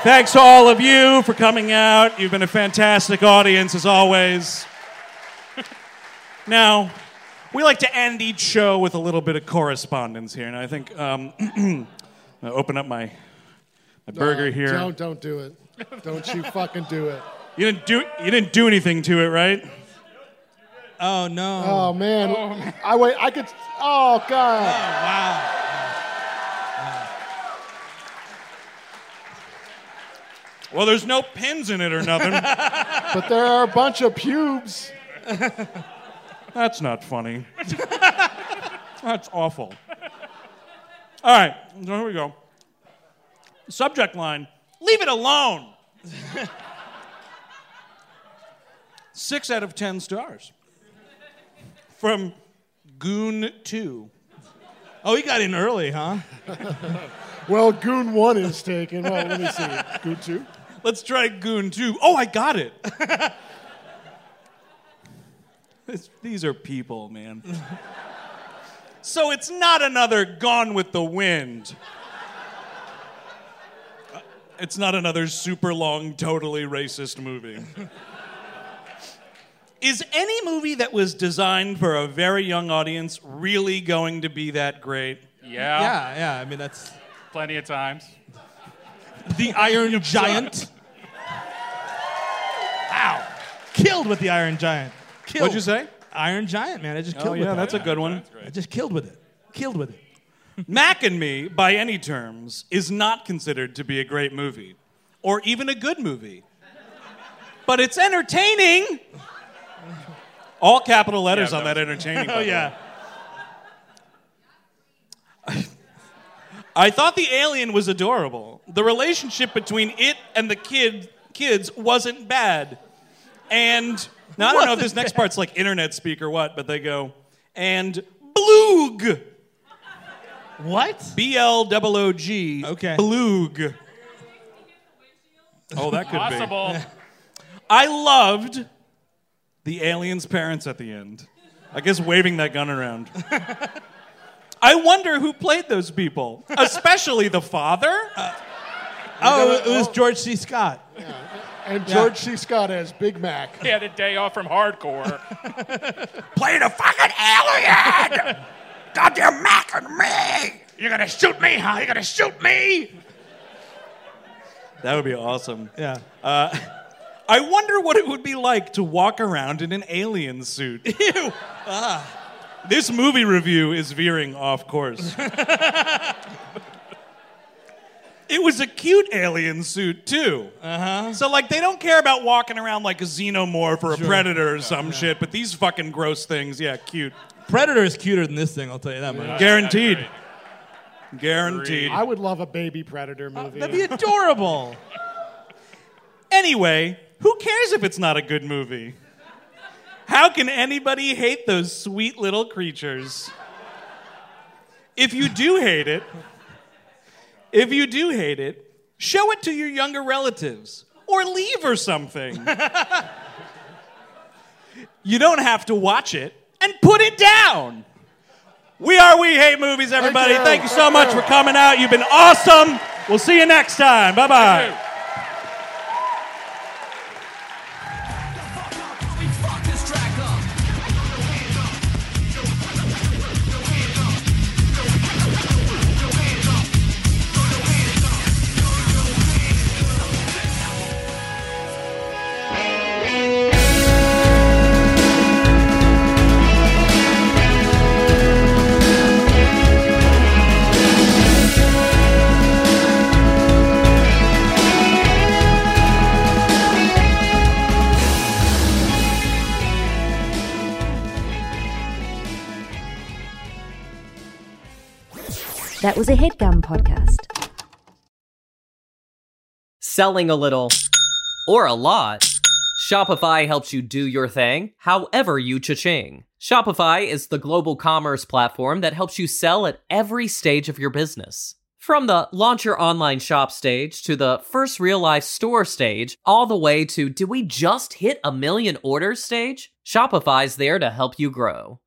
Speaker 8: Thanks to all of you for coming out. You've been a fantastic audience as always. Now, we like to end each show with a little bit of correspondence here, and I think um, I'm gonna open up my my burger
Speaker 5: Uh,
Speaker 8: here.
Speaker 5: Don't, don't do it. Don't you fucking do it.
Speaker 8: You didn't do you didn't do anything to it, right?
Speaker 7: Oh no.
Speaker 5: Oh, man. I wait. I could. Oh, God.
Speaker 7: Wow.
Speaker 8: Well, there's no pins in it or nothing.
Speaker 5: But there are a bunch of pubes.
Speaker 8: That's not funny. That's awful. All right, so here we go. Subject line Leave it alone. Six out of ten stars. From Goon 2.
Speaker 7: Oh, he got in early, huh?
Speaker 5: Well, Goon 1 is taken. Well, let me see. Goon 2?
Speaker 8: Let's try Goon 2. Oh, I got it. This- These are people, man. so it's not another Gone with the Wind. Uh, It's not another super long, totally racist movie. Is any movie that was designed for a very young audience really going to be that great?
Speaker 9: Yeah.
Speaker 7: Yeah, yeah. I mean, that's
Speaker 9: Plenty of times.
Speaker 7: the Iron Giant. Wow. Killed with the Iron Giant. Killed.
Speaker 8: What'd you say?
Speaker 7: Iron Giant, man. I just killed
Speaker 8: Oh,
Speaker 7: with
Speaker 8: yeah,
Speaker 7: that.
Speaker 8: that's a good one.
Speaker 7: I just killed with it. Killed with it.
Speaker 8: Mac and Me, by any terms, is not considered to be a great movie or even a good movie. But it's entertaining. All capital letters
Speaker 9: Yeah,
Speaker 8: on
Speaker 9: that
Speaker 8: that entertaining.
Speaker 7: Oh yeah.
Speaker 8: I thought the alien was adorable. The relationship between it and the kid kids wasn't bad. And now I don't know if this next part's like internet speak or what, but they go and bloog.
Speaker 7: What?
Speaker 8: B L O O G.
Speaker 7: Okay.
Speaker 8: Bloog. Oh, that could be.
Speaker 9: Possible.
Speaker 8: I loved the alien's parents at the end. I guess waving that gun around. I wonder who played those people, especially the father.
Speaker 7: Oh, it was George C. Scott.
Speaker 5: And George C. Scott as Big Mac.
Speaker 9: he had a day off from hardcore.
Speaker 8: played a fucking alien! Goddamn Mac and me!
Speaker 10: You're gonna shoot me, huh? You're gonna shoot me?
Speaker 8: That would be awesome.
Speaker 7: Yeah.
Speaker 8: I wonder what it would be like to walk around in an alien suit. Ew! Ah. This movie review is veering off course. it was a cute alien suit, too. Uh-huh. So, like, they don't care about walking around like a xenomorph or a predator or some shit, but these fucking gross things, yeah, cute.
Speaker 7: Predator is cuter than this thing, I'll tell you that much.
Speaker 8: Guaranteed. Guaranteed. Uh,
Speaker 5: I would love a baby predator movie.
Speaker 7: That'd be adorable.
Speaker 8: Anyway, Who cares if it's not a good movie? How can anybody hate those sweet little creatures? If you do hate it, if you do hate it, show it to your younger relatives or leave or something. you don't have to watch it and put it down. We are We Hate Movies, everybody.
Speaker 6: you.
Speaker 8: Thank you, so
Speaker 6: Thank
Speaker 8: much
Speaker 6: you.
Speaker 8: for coming out. You've been awesome. We'll see you next time. Bye bye.
Speaker 2: That was a headgum podcast.
Speaker 1: selling a little or a lot. Shopify helps you do your thing, however you cha-ching. Shopify is the global commerce platform that helps you sell at every stage of your business. From the launch your online shop stage to the first real life store stage, all the way to did we just hit a million orders stage? Shopify's there to help you grow.